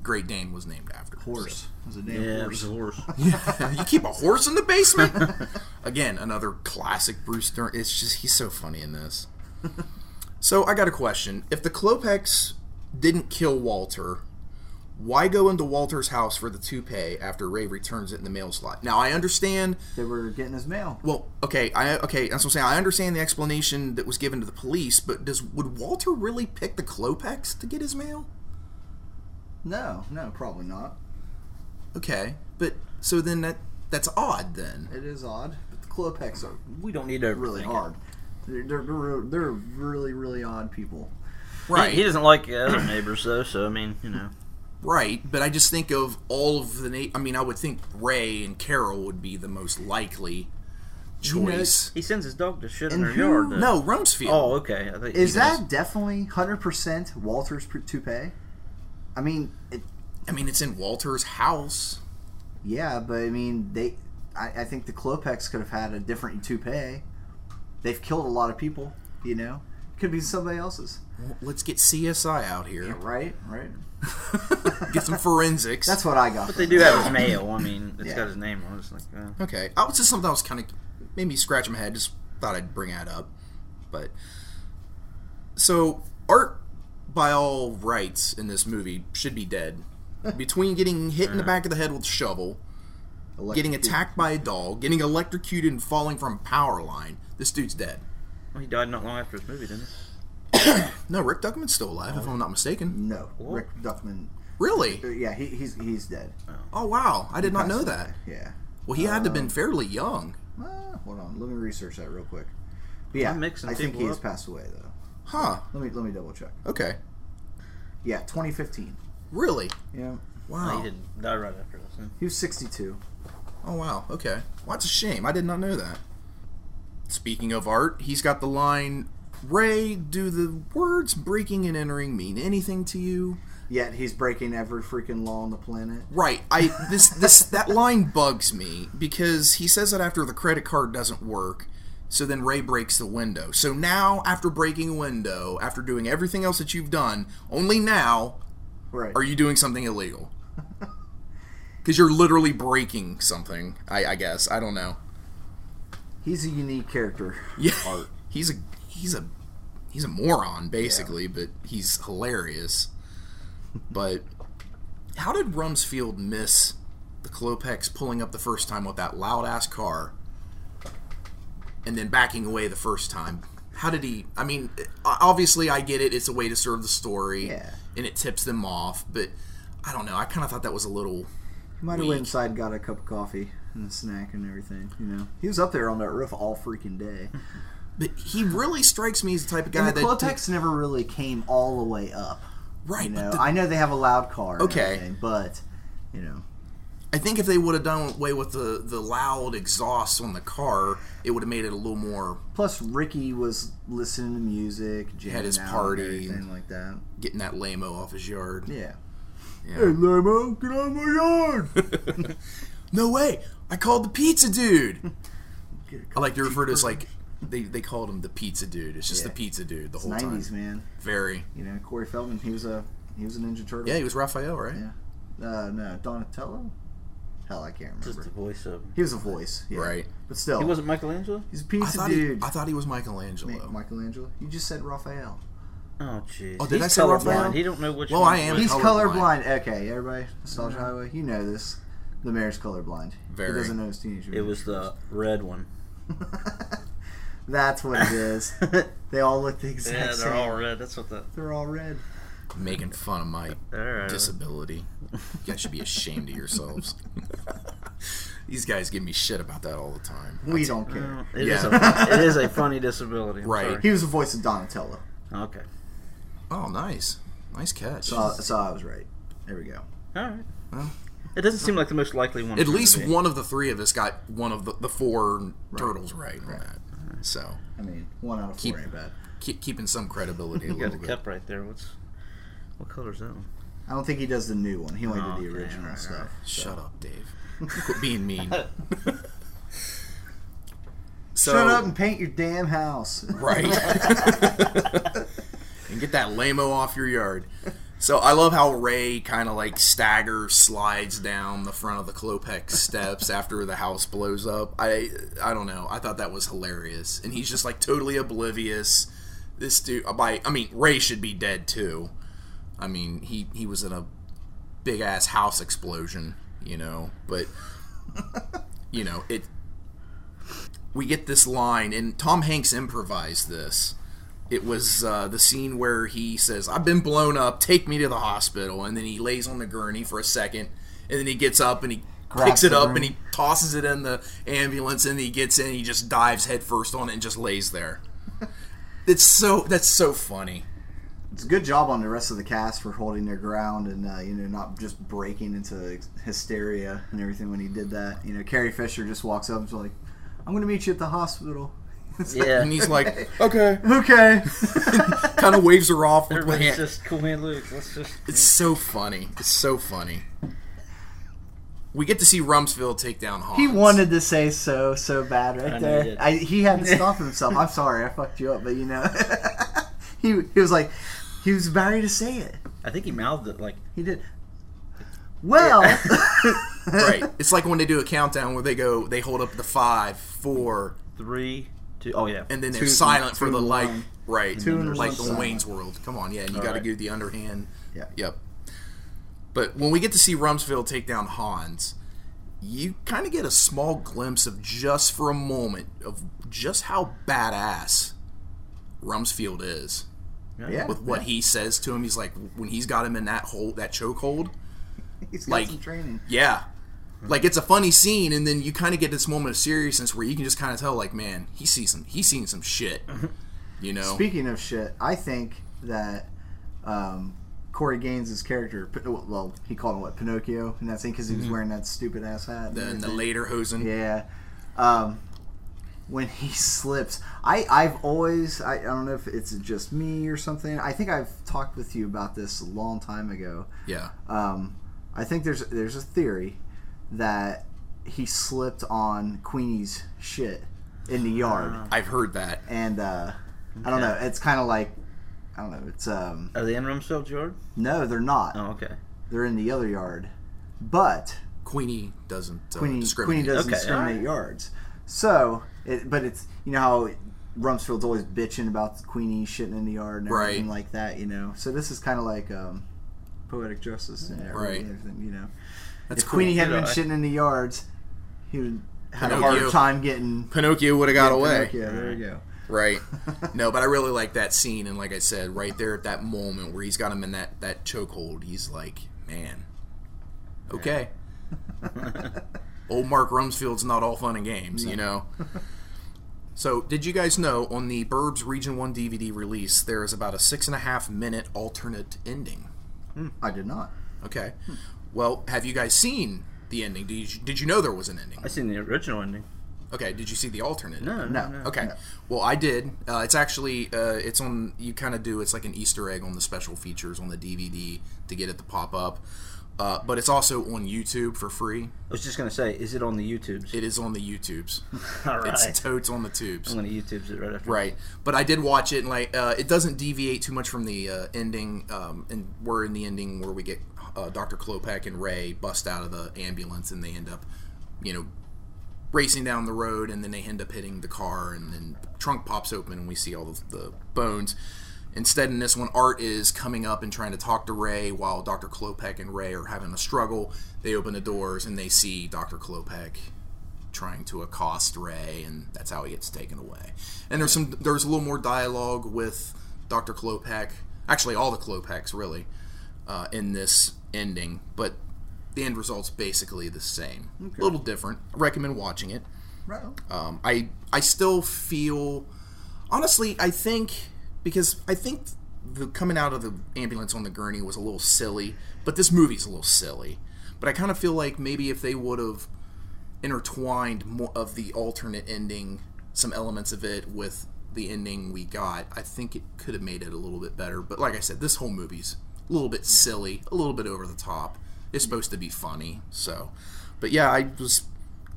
S3: Great Dane was named after.
S8: Horse. It was a damn
S4: Yeah, it
S8: horse.
S4: was a horse.
S3: So- you keep a horse in the basement? Again, another classic Bruce Dern. It's just, he's so funny in this. So I got a question. If the Klopex didn't kill Walter, why go into Walter's house for the toupee after Ray returns it in the mail slot? Now, I understand
S8: They were getting his mail.
S3: well, okay, I okay, that's what I'm saying. I understand the explanation that was given to the police, but does would Walter really pick the Klopex to get his mail?
S8: No, no, probably not.
S3: Okay, but so then that that's odd then.
S8: It is odd, but the Klopex are
S4: we don't need to
S8: really
S4: overthink it.
S8: hard. They're, they're, they're, they're really, really odd people.
S3: Right.
S4: He, he doesn't like other neighbors though, so I mean, you know.
S3: right, but I just think of all of the na- I mean, I would think Ray and Carol would be the most likely choice.
S4: He sends his dog to shit
S8: And
S4: in her
S8: who-
S4: yard. Though.
S3: no, Rumsfeld.
S4: Oh, okay. I think
S8: Is
S4: he
S8: that definitely 100% Walter's pr- toupee? I mean, it,
S3: I mean, it's in Walter's house.
S8: yeah, but I mean, they. I, I think the Klopex could have had a different toupee. They've killed a lot of people, you know? Could be somebody else's.
S3: Well, let's get CSI out here.
S8: Right, right.
S3: Get some forensics.
S8: That's what I got.
S4: But
S8: from
S4: they
S8: it.
S4: do have his mail. I mean, it's
S8: Yeah.
S4: got his name on it. It's like, uh,
S3: Okay, I was just something I was kind of made me scratch my head. Just thought I'd bring that up, but so art, by all rights, in this movie should be dead. Between getting hit in the back of the head with a shovel, getting attacked by a dog, getting electrocuted, and falling from a power line, this dude's dead.
S4: well, he died not long after his movie, didn't he?
S3: No, Rick Duckman's still alive, if I'm not mistaken.
S8: No, Rick Duckman.
S3: Really?
S8: uh, Yeah, he, he's he's dead.
S3: Oh wow, I did not know
S8: Passed
S3: that.
S8: away, Yeah.
S3: Well, he had to have been fairly young,
S8: Uh, hold on, let me research that real quick. But yeah,
S4: I'm mixing
S8: I think
S4: people
S8: he has
S4: up.
S8: passed away though.
S3: huh?
S8: Let me let me double check.
S3: Okay,
S8: Yeah, 2015.
S3: really?
S8: Yeah.
S4: No,
S3: Wow.
S4: Oh, He didn't die right after this. huh?
S8: He was 62.
S3: Oh wow, okay. Well, that's a shame. I did not know that. Speaking of art, he's got the line, "Ray, do the words breaking and entering mean anything to you?"
S8: Yet he's breaking every freaking law on the planet.
S3: Right. I this this that line bugs me because he says that after the credit card doesn't work, so then Ray breaks the window. So now after breaking a window, after doing everything else that you've done, only now
S8: Right.
S3: are you doing something illegal? Because you're literally breaking something, I, I guess. I don't know.
S8: He's a unique character.
S3: Yeah. he's a he's a he's a moron basically, but he's hilarious. But how did Rumsfeld miss the Klopex pulling up the first time with that loud ass car, and then backing away the first time? How did he? I mean, o- obviously I get it. It's a way to serve the story,
S8: Yeah.
S3: and it tips them off. But I don't know. I kind of thought that was a little.
S8: He might have
S3: Weak.
S8: went inside and got a cup of coffee and a snack and everything. You know, he was up there on that roof all freaking day.
S3: But he really strikes me as the type of guy
S8: And the
S3: that
S8: Klopex never really came all the way up.
S3: right.
S8: You
S3: but
S8: know,
S3: the-
S8: I know they have a loud car. and
S3: Okay.
S8: everything, but you know,
S3: I think if they would have done away with the, the loud exhaust on the car, it would have made it a little more
S8: plus Ricky was listening to music, jamming
S3: Had his
S8: out and
S3: party.
S8: everything like that.
S3: getting that lamo off his yard.
S8: Yeah.
S3: Yeah.
S8: Hey, Lamo, get out of my yard!
S3: No way! I called the pizza dude.
S8: Get a
S3: I
S8: couple
S3: like to refer to it as like they, they called him the pizza dude. It's just
S8: Yeah.
S3: the pizza dude the whole time.
S8: 90s man.
S3: Very.
S8: You know, Corey Feldman. He was a he was a Ninja Turtle.
S3: Yeah, he was Raphael, right?
S8: Yeah. Uh, no, Donatello. Hell, I can't
S4: Just
S8: remember.
S4: the voiceover.
S8: He was a voice, yeah.
S3: Right.
S8: But still,
S3: Oh.
S4: He wasn't Michelangelo.
S8: he's a
S3: I
S8: pizza
S3: thought,
S8: dude.
S3: He, I thought he was Michelangelo.
S8: Ma- Michelangelo. You just said Raphael.
S4: Oh jeez.
S3: Oh, did
S4: He's
S3: I say Raphael?
S4: colorblind. He don't know which.
S3: Well,
S4: one
S3: I am
S4: which.
S8: He's
S3: colorblind.
S8: colorblind. Okay, everybody, Nostalgia Highway, you know this. The mayor's colorblind.
S3: Very.
S8: He doesn't know his teenage
S4: It was
S8: mutant
S4: the red one.
S8: That's what it is.
S4: yeah,
S8: they all look the exact same.
S4: red. That's what the.
S8: They're all red.
S3: Making fun of my
S4: All right.
S3: disability. You guys should be ashamed of yourselves. These guys give me shit about that all the time.
S8: We don't care.
S4: It is
S3: Yeah.
S4: a, it is a funny disability. I'm
S3: Right.
S4: sorry.
S8: He was the voice of Donatello,
S4: Okay.
S3: Oh, nice. Nice catch.
S8: so, uh, I- so I was right. There we go.
S4: All right. It doesn't seem like the most likely one.
S3: At
S4: for him to
S3: least
S4: be.
S3: one of the three of us got one of the, the four turtles right. on that. So
S8: I mean, one out of
S3: Keep-
S8: four ain't bad.
S3: keep, keeping some credibility a
S4: You got
S3: little
S4: a
S3: bit.
S4: cup right there. What's what color is that one?
S8: I don't think he does the new one. He only
S4: Oh,
S8: did the
S4: okay,
S8: original
S4: alright,
S8: stuff.
S4: alright.
S3: Shut up, Dave. Quit being mean. so,
S8: Shut up and paint your damn house.
S3: right. and get that lamo off your yard. So I love how Ray kind of like staggers, slides down the front of the Klopex steps after the house blows up. I I don't know. I thought that was hilarious, and he's just like totally oblivious. This dude, by I mean Ray should be dead too. I mean he he was in a big ass house explosion, you know. But you know it. We get this line, and Tom Hanks improvised this it was uh, the scene where he says, "I've been blown up. Take me to the hospital." And then he lays on the gurney for a second, and then he gets up and he picks it
S8: the
S3: up
S8: room.
S3: and he tosses it in the ambulance, and he gets in. And he just dives headfirst on it and just lays there. it's so that's so funny.
S8: It's a good job on the rest of the cast for holding their ground and uh, you know not just breaking into ex- hysteria and everything when he did that. You know, Carrie Fisher just walks up and's like, "I'm going to meet you at the hospital."
S3: And
S4: Yeah.
S3: he's like, "Okay,"
S8: Okay.
S3: kind of waves her off with one
S4: Everybody's
S3: hand.
S4: just cool hand Luke. Let's just.
S3: It's so funny. It's so funny. We get to see Rumsfeld take down Hans.
S8: he wanted to say so so bad right
S4: I know he
S8: there.
S4: did.
S8: I, he had to stop himself. I'm sorry, I fucked you up, but you know, he he was like, he was about to say it.
S4: I think he mouthed it like.
S8: He did. Well,
S3: right. It's like when they do a countdown where they go, they hold up the five, four,
S4: three, two, oh yeah.
S3: and then
S8: Two-
S3: they're silent for
S8: two
S3: the
S8: and
S3: like
S8: one.
S3: right
S8: Two and
S3: like
S8: one
S3: the
S8: silent.
S3: Wayne's World. Come on, yeah, and you got to
S4: right.
S3: give the underhand.
S8: Yeah.
S3: Yep. But when we get to see Rumsfeld take down Hans, you kind of get a small glimpse of just for a moment of just how badass Rumsfeld is
S8: yeah,
S3: with what he says to him. He's like when he's got him in that hold that chokehold.
S8: he's got
S3: like-
S8: some training.
S3: Yeah. Like it's a funny scene, and then you kind of get this moment of seriousness where you can just kind of tell, like, man, he sees some, he's seen some shit, you know.
S8: Speaking of shit, I think that um, Corey Gaines' character, P- well, he called him what Pinocchio, and that's because he was wearing that stupid ass hat.
S3: Mm-hmm.
S8: and
S3: the, the
S8: everything.
S3: later hosen.
S8: yeah. Um, when he slips, I I've always I, I don't know if it's just me or something. I think I've talked with you about this a long time ago.
S3: Yeah.
S8: Um, I think there's there's a theory that he slipped on Queenie's shit in the yard
S3: I've heard that.
S8: and uh, I don't know. It's kind of like I don't know. It's um
S4: Are they in Rumsfeld yard?
S8: no, they're not.
S4: Oh okay.
S8: They're in the other yard, but
S3: Queenie doesn't uh,
S8: Queenie
S3: discriminate.
S8: Queenie doesn't
S4: Okay,
S8: discriminate
S4: alright.
S8: yards. So, it, but it's you know how Rumsfeld's always bitching about Queenie shitting in the yard and everything
S3: Right.
S8: like that, you know. So this is kind of like um, poetic justice and everything,
S3: Right.
S8: everything, you know.
S3: That's
S8: if
S3: cool.
S8: Queenie hadn't been
S4: Ditto.
S8: shitting in the yards, he would have had a
S3: Pinocchio.
S8: harder time getting
S3: Pinocchio would have got away.
S8: Yeah, there you go.
S3: Right. No, but I really like that scene, and like I said, right there at that moment where he's got him in that that chokehold, he's like, man, okay. Old Mark Rumsfeld's not all fun and games, you know. So, did you guys know on the Burbs Region One DVD release, there is about a six and a half minute alternate ending?
S8: I did not.
S3: Okay.
S4: Hmm.
S3: Well, have you guys seen the ending? Did you, did you know there was an ending?
S4: I seen the original ending.
S3: Okay. Did you see the alternate?
S4: No,
S8: No.
S4: no, no.
S3: Okay. Well, I did. Uh, it's actually uh, it's on. You kind of do. It's like an Easter egg on the special features on the DVD to get it to pop up. Uh, but it's also on YouTube for free.
S4: I was just gonna say, is it on the YouTubes?
S3: It is on the YouTubes.
S4: All right,
S3: It's totes on the tubes.
S4: I'm gonna YouTube's it right after.
S3: Right, but I did watch it, and like uh, it doesn't deviate too much from the uh, ending. Um, and we're in the ending where we get uh, Doctor Klopek and Ray bust out of the ambulance, and they end up, you know, racing down the road, and then they end up hitting the car, and then the trunk pops open, and we see all the, the bones. Instead, in this one, Art is coming up and trying to talk to Ray while Dr. Klopek and Ray are having a struggle. They open the doors and they see Dr. Klopek trying to accost Ray, and that's how he gets taken away. And there's some there's a little more dialogue with Doctor Klopek, actually all the Klopeks really, uh, in this ending. But the end result's basically the same, a little different. I recommend watching it.
S8: Right. on.
S3: Um, I I still feel honestly I think because I think the coming out of the ambulance on the gurney was a little silly, but this movie's a little silly. But I kind of feel like maybe if they would have intertwined more of the alternate ending, some elements of it with the ending we got, I think it could have made it a little bit better. But like I said, this whole movie's a little bit silly, a little bit over the top. It's supposed to be funny, so. But yeah, I was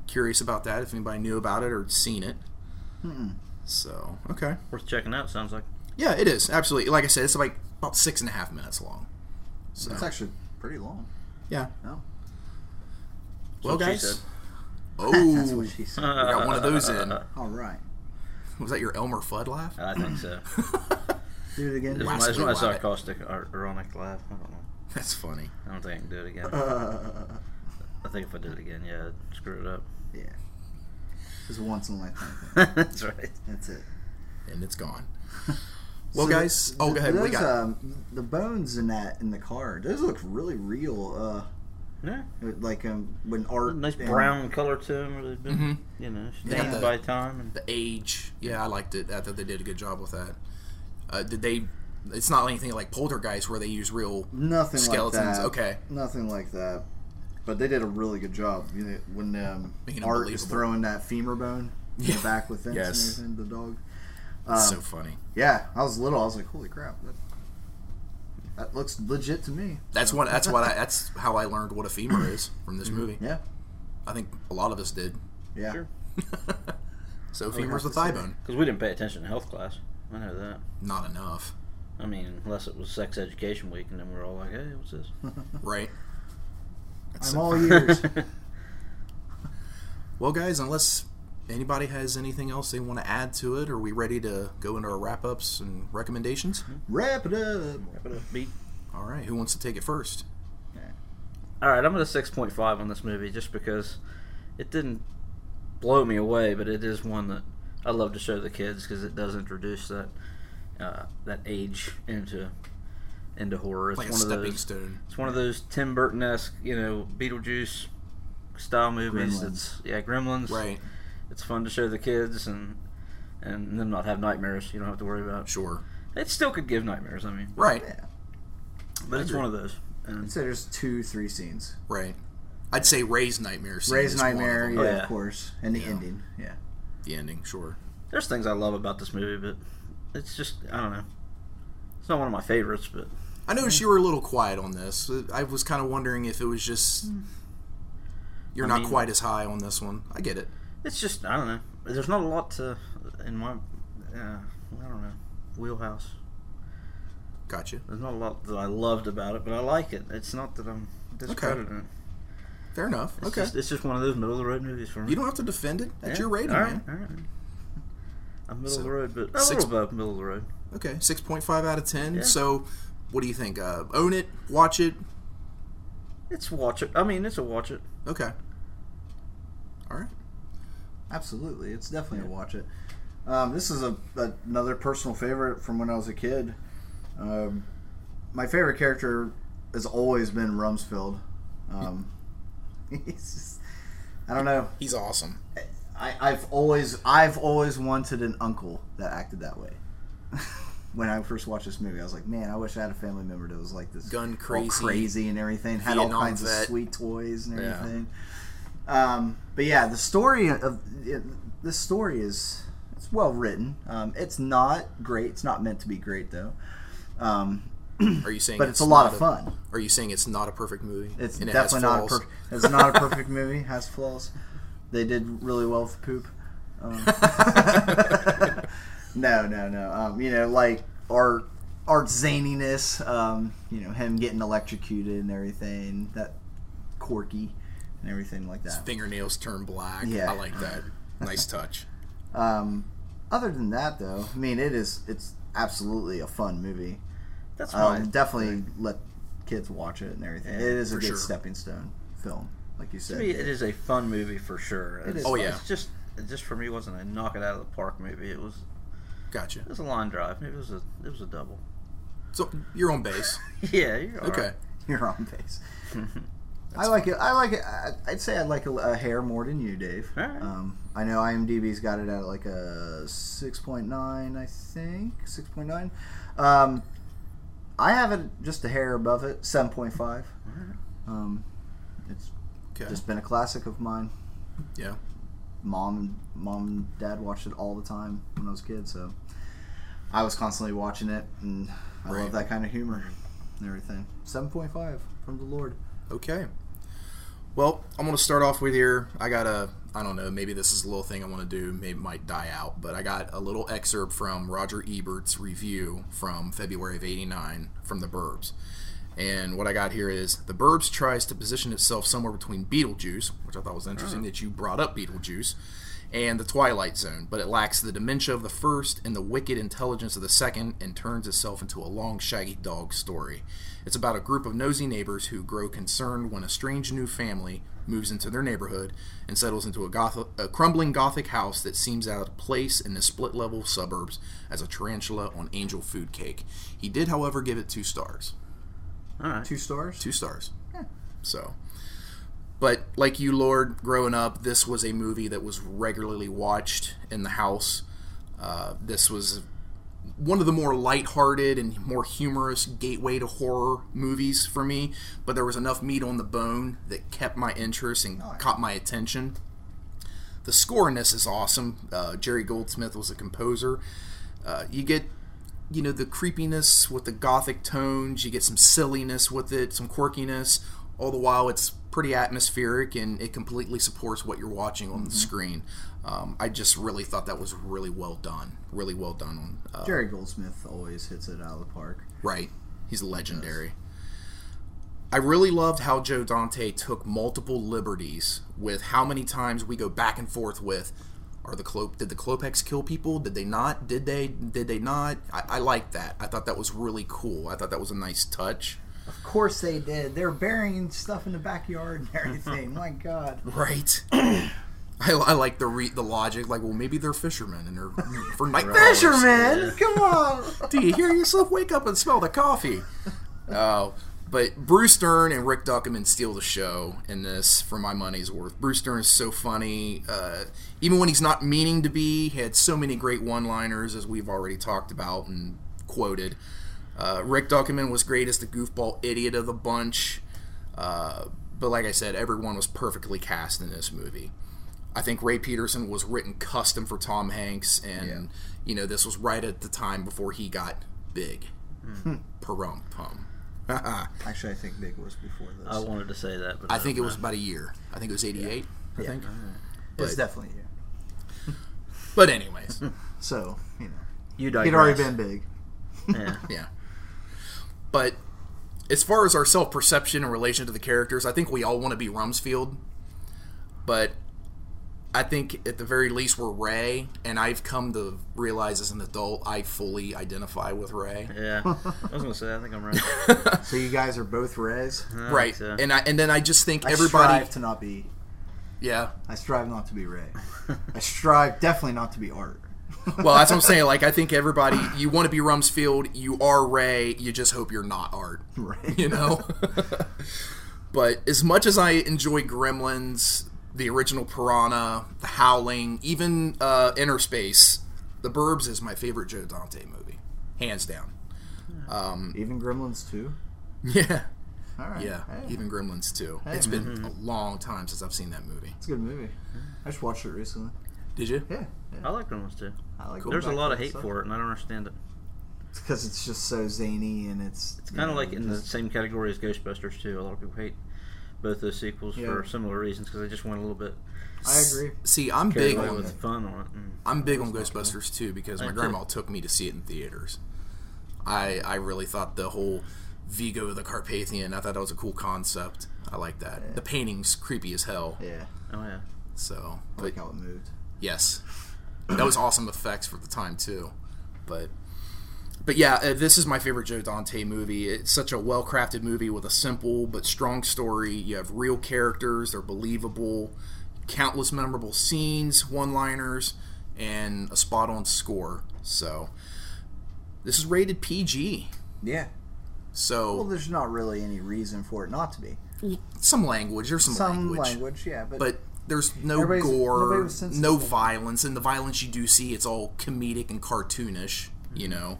S3: curious about that. If anybody knew about it or seen it,
S8: Hmm.
S3: so okay,
S4: Worth checking out. Sounds like.
S3: yeah, it is absolutely. Like I said, it's like about six and a half minutes long. So
S8: That's actually pretty long.
S3: yeah,
S8: No,
S3: well,
S4: what she
S3: guys.
S4: said.
S3: Oh,
S8: that's what she said.
S3: we got one of those in.
S8: All right.
S3: Was that your Elmer Fudd laugh?
S4: I think so.
S8: Do it again.
S4: This one- this one I saw
S3: Laugh.
S4: caustic or ironic laugh. I don't know.
S3: That's funny.
S4: I don't think I can do it again.
S3: Uh.
S4: I think if I do it again, yeah, I'd screw it up.
S8: Yeah. It's a once in a lifetime thing.
S4: That's right.
S8: That's it.
S3: And it's gone. Well,
S8: So
S3: guys. Oh, go ahead.
S8: Those,
S3: We got.
S8: um, the bones in that in the car. Those look really real.
S4: Yeah.
S8: Uh, like um, when art
S4: Nice
S8: and-
S4: brown color to them, where they've been, you know,
S3: got
S4: stained
S3: the-
S4: by time. And
S3: the age. Yeah, I liked it. I thought they did a good job with that. Uh, did they? It's not anything like Poltergeist where they use real
S8: Nothing like
S3: skeletons.
S8: that.
S3: Okay,
S8: Nothing like that. But they did a really good job. You know, when um,
S3: Making it
S8: Art is
S3: believable.
S8: throwing that femur bone in the back with fence
S3: Yes.
S8: and everything, the dog.
S3: so funny.
S8: Yeah, I was little. I was like, holy crap. That, that looks legit to me.
S3: That's what. That's what. I, that's how I learned what a femur is from this movie.
S8: Mm-hmm. Yeah.
S3: I think a lot of us did.
S8: Yeah.
S4: Sure.
S3: So femur's the
S8: have to
S3: thigh
S8: say.
S3: bone.
S4: because we didn't pay attention to health class, I know that.
S3: Not enough,
S4: I mean, unless it was sex education week, and then we were all like, "Hey, what's this?"
S3: right? That's
S8: I'm
S3: so
S8: all ears.
S3: Well, guys, unless anybody has anything else they want to add to it, are we ready to go into our wrap ups and recommendations?
S4: Mm-hmm.
S8: Wrap it up.
S4: What a beat.
S3: All right, who wants to take it first?
S4: All right, I'm at a 6.5 on this movie just because it didn't blow me away, but it is one that I love to show the kids because it does introduce that uh, that age into into horror. It's
S3: Like a
S4: one of
S3: stepping
S4: those.
S3: stone.
S4: It's one of those Tim Burton-esque, you know, Beetlejuice style movies.
S8: Gremlins.
S4: It's yeah, Gremlins.
S3: Right.
S4: It's fun to show the kids and and them not have nightmares. You don't have to worry about.
S3: Sure.
S4: It still could give nightmares. I mean,
S3: Right.
S4: but it's one of those. And
S8: So there's two, three scenes.
S3: Right. I'd say Ray's nightmare. scene
S8: Ray's
S3: is one of
S8: Nightmare,
S3: them.
S8: yeah,
S4: Oh,
S8: of
S4: yeah.
S8: course. And the ending, yeah.
S3: The ending. Sure.
S4: There's things I love about this movie, but it's just I don't know. It's not one of my favorites, but
S3: I noticed you were a little quiet on this. I was kind of wondering if it was just you're
S4: Hmm. I
S3: not
S4: mean-
S3: quite as high on this one. I get it.
S4: it's just I don't know. There's not a lot to in my uh, I don't know wheelhouse.
S3: Gotcha.
S4: There's not a lot that I loved about it, but I like it. It's not that I'm discrediting it.
S3: Fair enough.
S4: It's
S3: okay.
S4: just, it's just one of those middle of the road movies for me.
S3: you don't have to defend it. That's your rating,
S4: All right,
S3: man.
S4: all right. I'm middle
S3: So,
S4: of the road, but a
S3: six-
S4: little above middle of the road.
S3: Okay, six point five out of ten.
S4: Yeah.
S3: So, what do you think? Uh, own it, watch it.
S4: It's watch it. I mean, it's a watch it.
S3: Okay. All right.
S8: Absolutely, it's definitely a watch it. Um, this is a, a another personal favorite from when I was a kid. Um, my favorite character has always been Rumsfeld. Um, he's just, I don't know.
S3: He's awesome.
S8: I, I've always I've always wanted an uncle that acted that way. when I first watched this movie, I was like, man, I wish I had a family member that was like this
S3: Gun
S8: all
S3: crazy,
S8: crazy and everything, had all
S3: Vietnam
S8: kinds of
S3: vet.
S8: sweet toys and
S3: Yeah.
S8: everything. Um, but yeah, the story of it, this story is it's well written. Um, it's not great. It's not meant to be great though. Um,
S3: Are you saying?
S8: but it's, a lot
S3: not
S8: of fun.
S3: Are you saying it's not a perfect movie?
S8: It's
S3: And it has
S8: definitely not a
S3: flaws?
S8: per- it's not a perfect movie. It Has flaws. They did really well with poop. Um, no, no, no. Um, you know, like art, art zaniness. Um, you know, him getting electrocuted and everything. That quirky and everything like that.
S3: Fingernails turn black.
S8: Yeah.
S3: I like that. Nice touch.
S8: Um, other than that, though, I mean, it is. It's absolutely a fun movie.
S4: That's
S8: Um,
S4: fine.
S8: definitely let kids watch it and everything. it is a
S3: for
S8: good
S3: sure.
S8: stepping stone film, like you said.
S4: to me, it is a fun movie for sure. It
S8: is
S3: Oh, yeah.
S4: It's just, it just for me wasn't a knock it out of the park movie. It was,
S3: Gotcha.
S4: it was a line drive. Maybe it was a, it was a double.
S3: So you're on base.
S4: Yeah, you're all
S3: Okay.
S4: right.
S8: You're on base. I like it. I like it. I- I'd say I'd like a, a hair more than you, Dave.
S4: Alright.
S8: Um, I know IMDb's got it at like a six point nine, I think six point nine. Um, I have it just a hair above it, seven point five. Um, it's
S3: Okay.
S8: just been a classic of mine.
S3: yeah.
S8: Mom, mom, and dad watched it all the time when I was a kid, so I was constantly watching it, and I
S3: Right.
S8: love that kind of humor and everything. Seven point five from the Lord.
S3: Okay. Well, I'm gonna start off with here. I got a, I don't know, maybe this is a little thing I want to do. Maybe it might die out, but I got a little excerpt from Roger Ebert's review from February of '89 from The Burbs. And what I got here is The Burbs tries to position itself somewhere between Beetlejuice, which I thought was interesting that you brought up Beetlejuice, and The Twilight Zone, but it lacks the dementia of the first and the wicked intelligence of the second and turns itself into a long, shaggy dog story. It's about a group of nosy neighbors who grow concerned when a strange new family moves into their neighborhood and settles into a, goth- a crumbling gothic house that seems out of place in the split level suburbs as a tarantula on angel food cake. He did, however, give it two stars
S8: Two stars.
S3: two stars. So, but like you, Lord, growing up, this was a movie that was regularly watched in the house. Uh, this was one of the more lighthearted and more humorous gateway to horror movies for me. But there was enough meat on the bone that kept my interest and caught my attention. The score in this is awesome. Uh, Jerry Goldsmith was a composer. Uh, you get you know the creepiness with the gothic tones you get some silliness with it some quirkiness all the while it's pretty atmospheric and it completely supports what you're watching on the screen um, i just really thought that was really well done really well done on uh,
S8: Jerry Goldsmith always hits it out of the park.
S3: Right. He's legendary. I really loved how Joe Dante took multiple liberties with how many times we go back and forth with are the Clo- did the Clopex kill people? Did they not? Did they did they not? I, I like that. I thought that was really cool. I thought that was a nice touch.
S8: Of course they did. They're burying stuff in the backyard and everything. My God.
S3: Right. I, I like the re- the logic. Like, well, maybe they're fishermen and they're for night
S8: Fisherman, come on.
S3: Do you hear yourself? Wake up and smell the coffee. Oh, but Bruce Stern and Rick Duckerman steal the show in this for my money's worth. Bruce Stern is so funny, uh, even when he's not meaning to be. He had so many great one-liners as we've already talked about and quoted. Uh, Rick Duckerman was great as the goofball idiot of the bunch. Uh, but like I said, everyone was perfectly cast in this movie. I think Ray Peterson was written custom for Tom Hanks, and you know this was right at the time before he got big.
S4: Hmm.
S3: Perum pum.
S8: Actually, I think Big was before this.
S4: I wanted to say that, but
S3: I think it was about a year. I think it was '88. I think.
S8: it's definitely you.
S3: But anyways,
S8: So you know,
S4: you digress.
S8: he'd already been big.
S4: Yeah.
S3: yeah. But as far as our self perception in relation to the characters, I think we all want to be Rumsfeld. But I think at the very least we're Ray, and I've come to realize as an adult I fully identify with Ray.
S4: Yeah, I was gonna say. I think I'm right.
S8: So you guys are both res.
S4: I think
S3: right,
S4: so.
S3: and I and then I just think
S8: I
S3: Uh-huh. everybody,
S8: strive to not be.
S3: yeah.
S8: I strive not to be Ray. I strive definitely not to be Art.
S3: Well, that's what I'm saying. Like I think everybody, you want to be Rumsfield, you are Ray. You just hope you're not Art.
S8: Right.
S3: you know. but as much as I enjoy Gremlins, the original Piranha, The Howling, even uh, Inner Space, The Burbs is my favorite Joe Dante movie, hands down.
S8: Even Gremlins too.
S3: Yeah,
S8: All right.
S3: yeah,
S8: Hey, Mm-hmm.
S3: even Gremlins too. It's been a long time since I've seen that movie.
S8: it's a good movie. I just watched it recently.
S3: Did you?
S8: Yeah. yeah.
S4: I like Gremlins too.
S8: I like
S4: There's a lot of hate for it, and I don't understand it.
S8: because it's just so zany and it's
S4: It's kind of like in the same category as Ghostbusters too. A lot of people hate both those sequels
S8: Yeah.
S4: for similar reasons because they just went a little bit
S8: I agree.
S3: See, I'm
S4: carried
S3: big
S4: away
S3: on
S4: with fun on it. And
S3: I'm big on Ghostbusters too because my grandma took me to see it in theaters. I I really thought the whole Vigo the Carpathian. I thought that was a cool concept. I like that. The painting's creepy as hell.
S8: Yeah.
S4: oh yeah,
S3: So,
S8: I
S3: but
S8: like how it moved.
S3: yes, that was awesome effects for the time too. But, but yeah, uh, this is my favorite Joe Dante movie. It's such a well crafted movie with a simple but strong story. You have real characters; they're believable. Countless memorable scenes, one liners, and a spot on score. So, this is rated PG.
S8: Yeah.
S3: So,
S8: Well, there's not really any reason for it not to be.
S3: some language. There's some,
S8: Some language,
S3: language.
S8: yeah, but,
S3: but there's no
S8: Everybody's- nobody
S3: gore,
S8: was sensitive.
S3: no violence, and the violence you do see, it's all comedic and cartoonish, you know,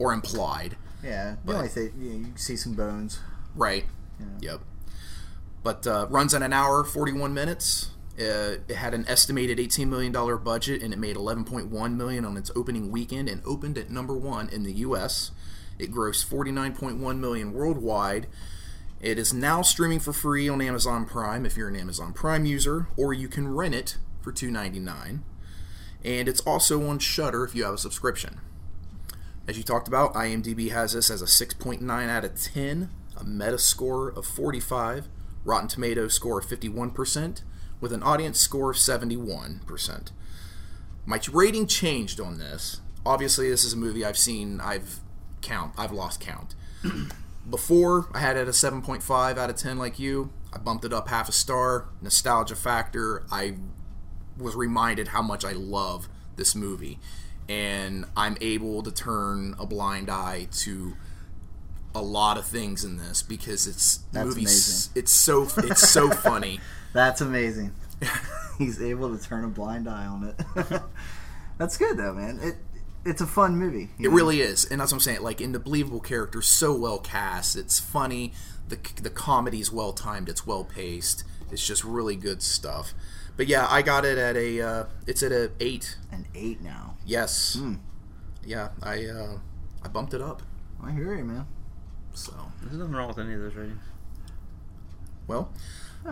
S3: or implied,
S8: yeah, you only think you, know, you see some bones.
S3: right? Yep. But uh, runs at an hour, 41 minutes. Uh, it had an estimated 18 million dollar budget, and it made 11.1 million on its opening weekend, and opened at number one in the U.S. It grossed 49.1 million worldwide. It is now streaming for free on Amazon Prime if you're an Amazon Prime user, or you can rent it for $2.99. And it's also on Shutter if you have a subscription. As you talked about, IMDb has this as a 6.9 out of 10, a meta score of 45, Rotten Tomatoes score of 51%, with an audience score of 71%. My rating changed on this. Obviously, this is a movie I've seen, I've count, I've lost count. Before, I had it at a 7.5 out of 10 like you. I bumped it up half a star, nostalgia factor. I was reminded how much I love this movie. And I'm able to turn a blind eye to a lot of things in this because it's
S8: That's
S3: movies. It's so it's so funny.
S8: That's amazing. He's able to turn a blind eye on it. That's good though, man. It it's a fun movie.
S3: It really is, and that's what I'm saying. Like in the believable characters, so well cast. It's funny. the The comedy's well timed. It's well paced. It's just really good stuff. But yeah, I got it at a. Uh, it's at a eight.
S8: an eight now.
S3: Yes. Yeah, I uh, I bumped it up.
S8: I hear you, man.
S3: So
S4: there's nothing wrong with any of those ratings.
S3: well,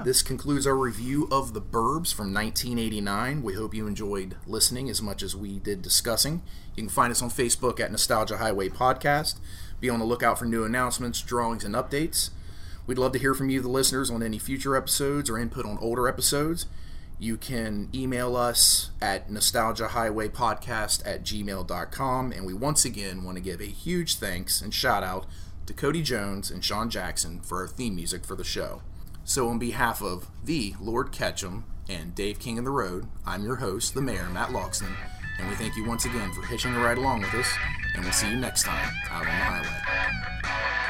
S3: this concludes our review of the Burbs from 1989. We hope you enjoyed listening as much as we did discussing. You can find us on Facebook at Nostalgia Highway Podcast. Be on the lookout for new announcements, drawings, and updates. We'd love to hear from you, the listeners, on any future episodes or input on older episodes. You can email us at nostalgiahighwaypodcast at gmail.com. And we once again want to give a huge thanks and shout out to Cody Jones and Sean Jackson for our theme music for the show. So, on behalf of the Lord Ketchum and Dave King of the Road, I'm your host, the Mayor, Matt Loxton, and we thank you once again for hitching a ride along with us, and we'll see you next time out on the highway.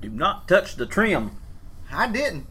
S4: Do not touch the trim.
S8: I didn't.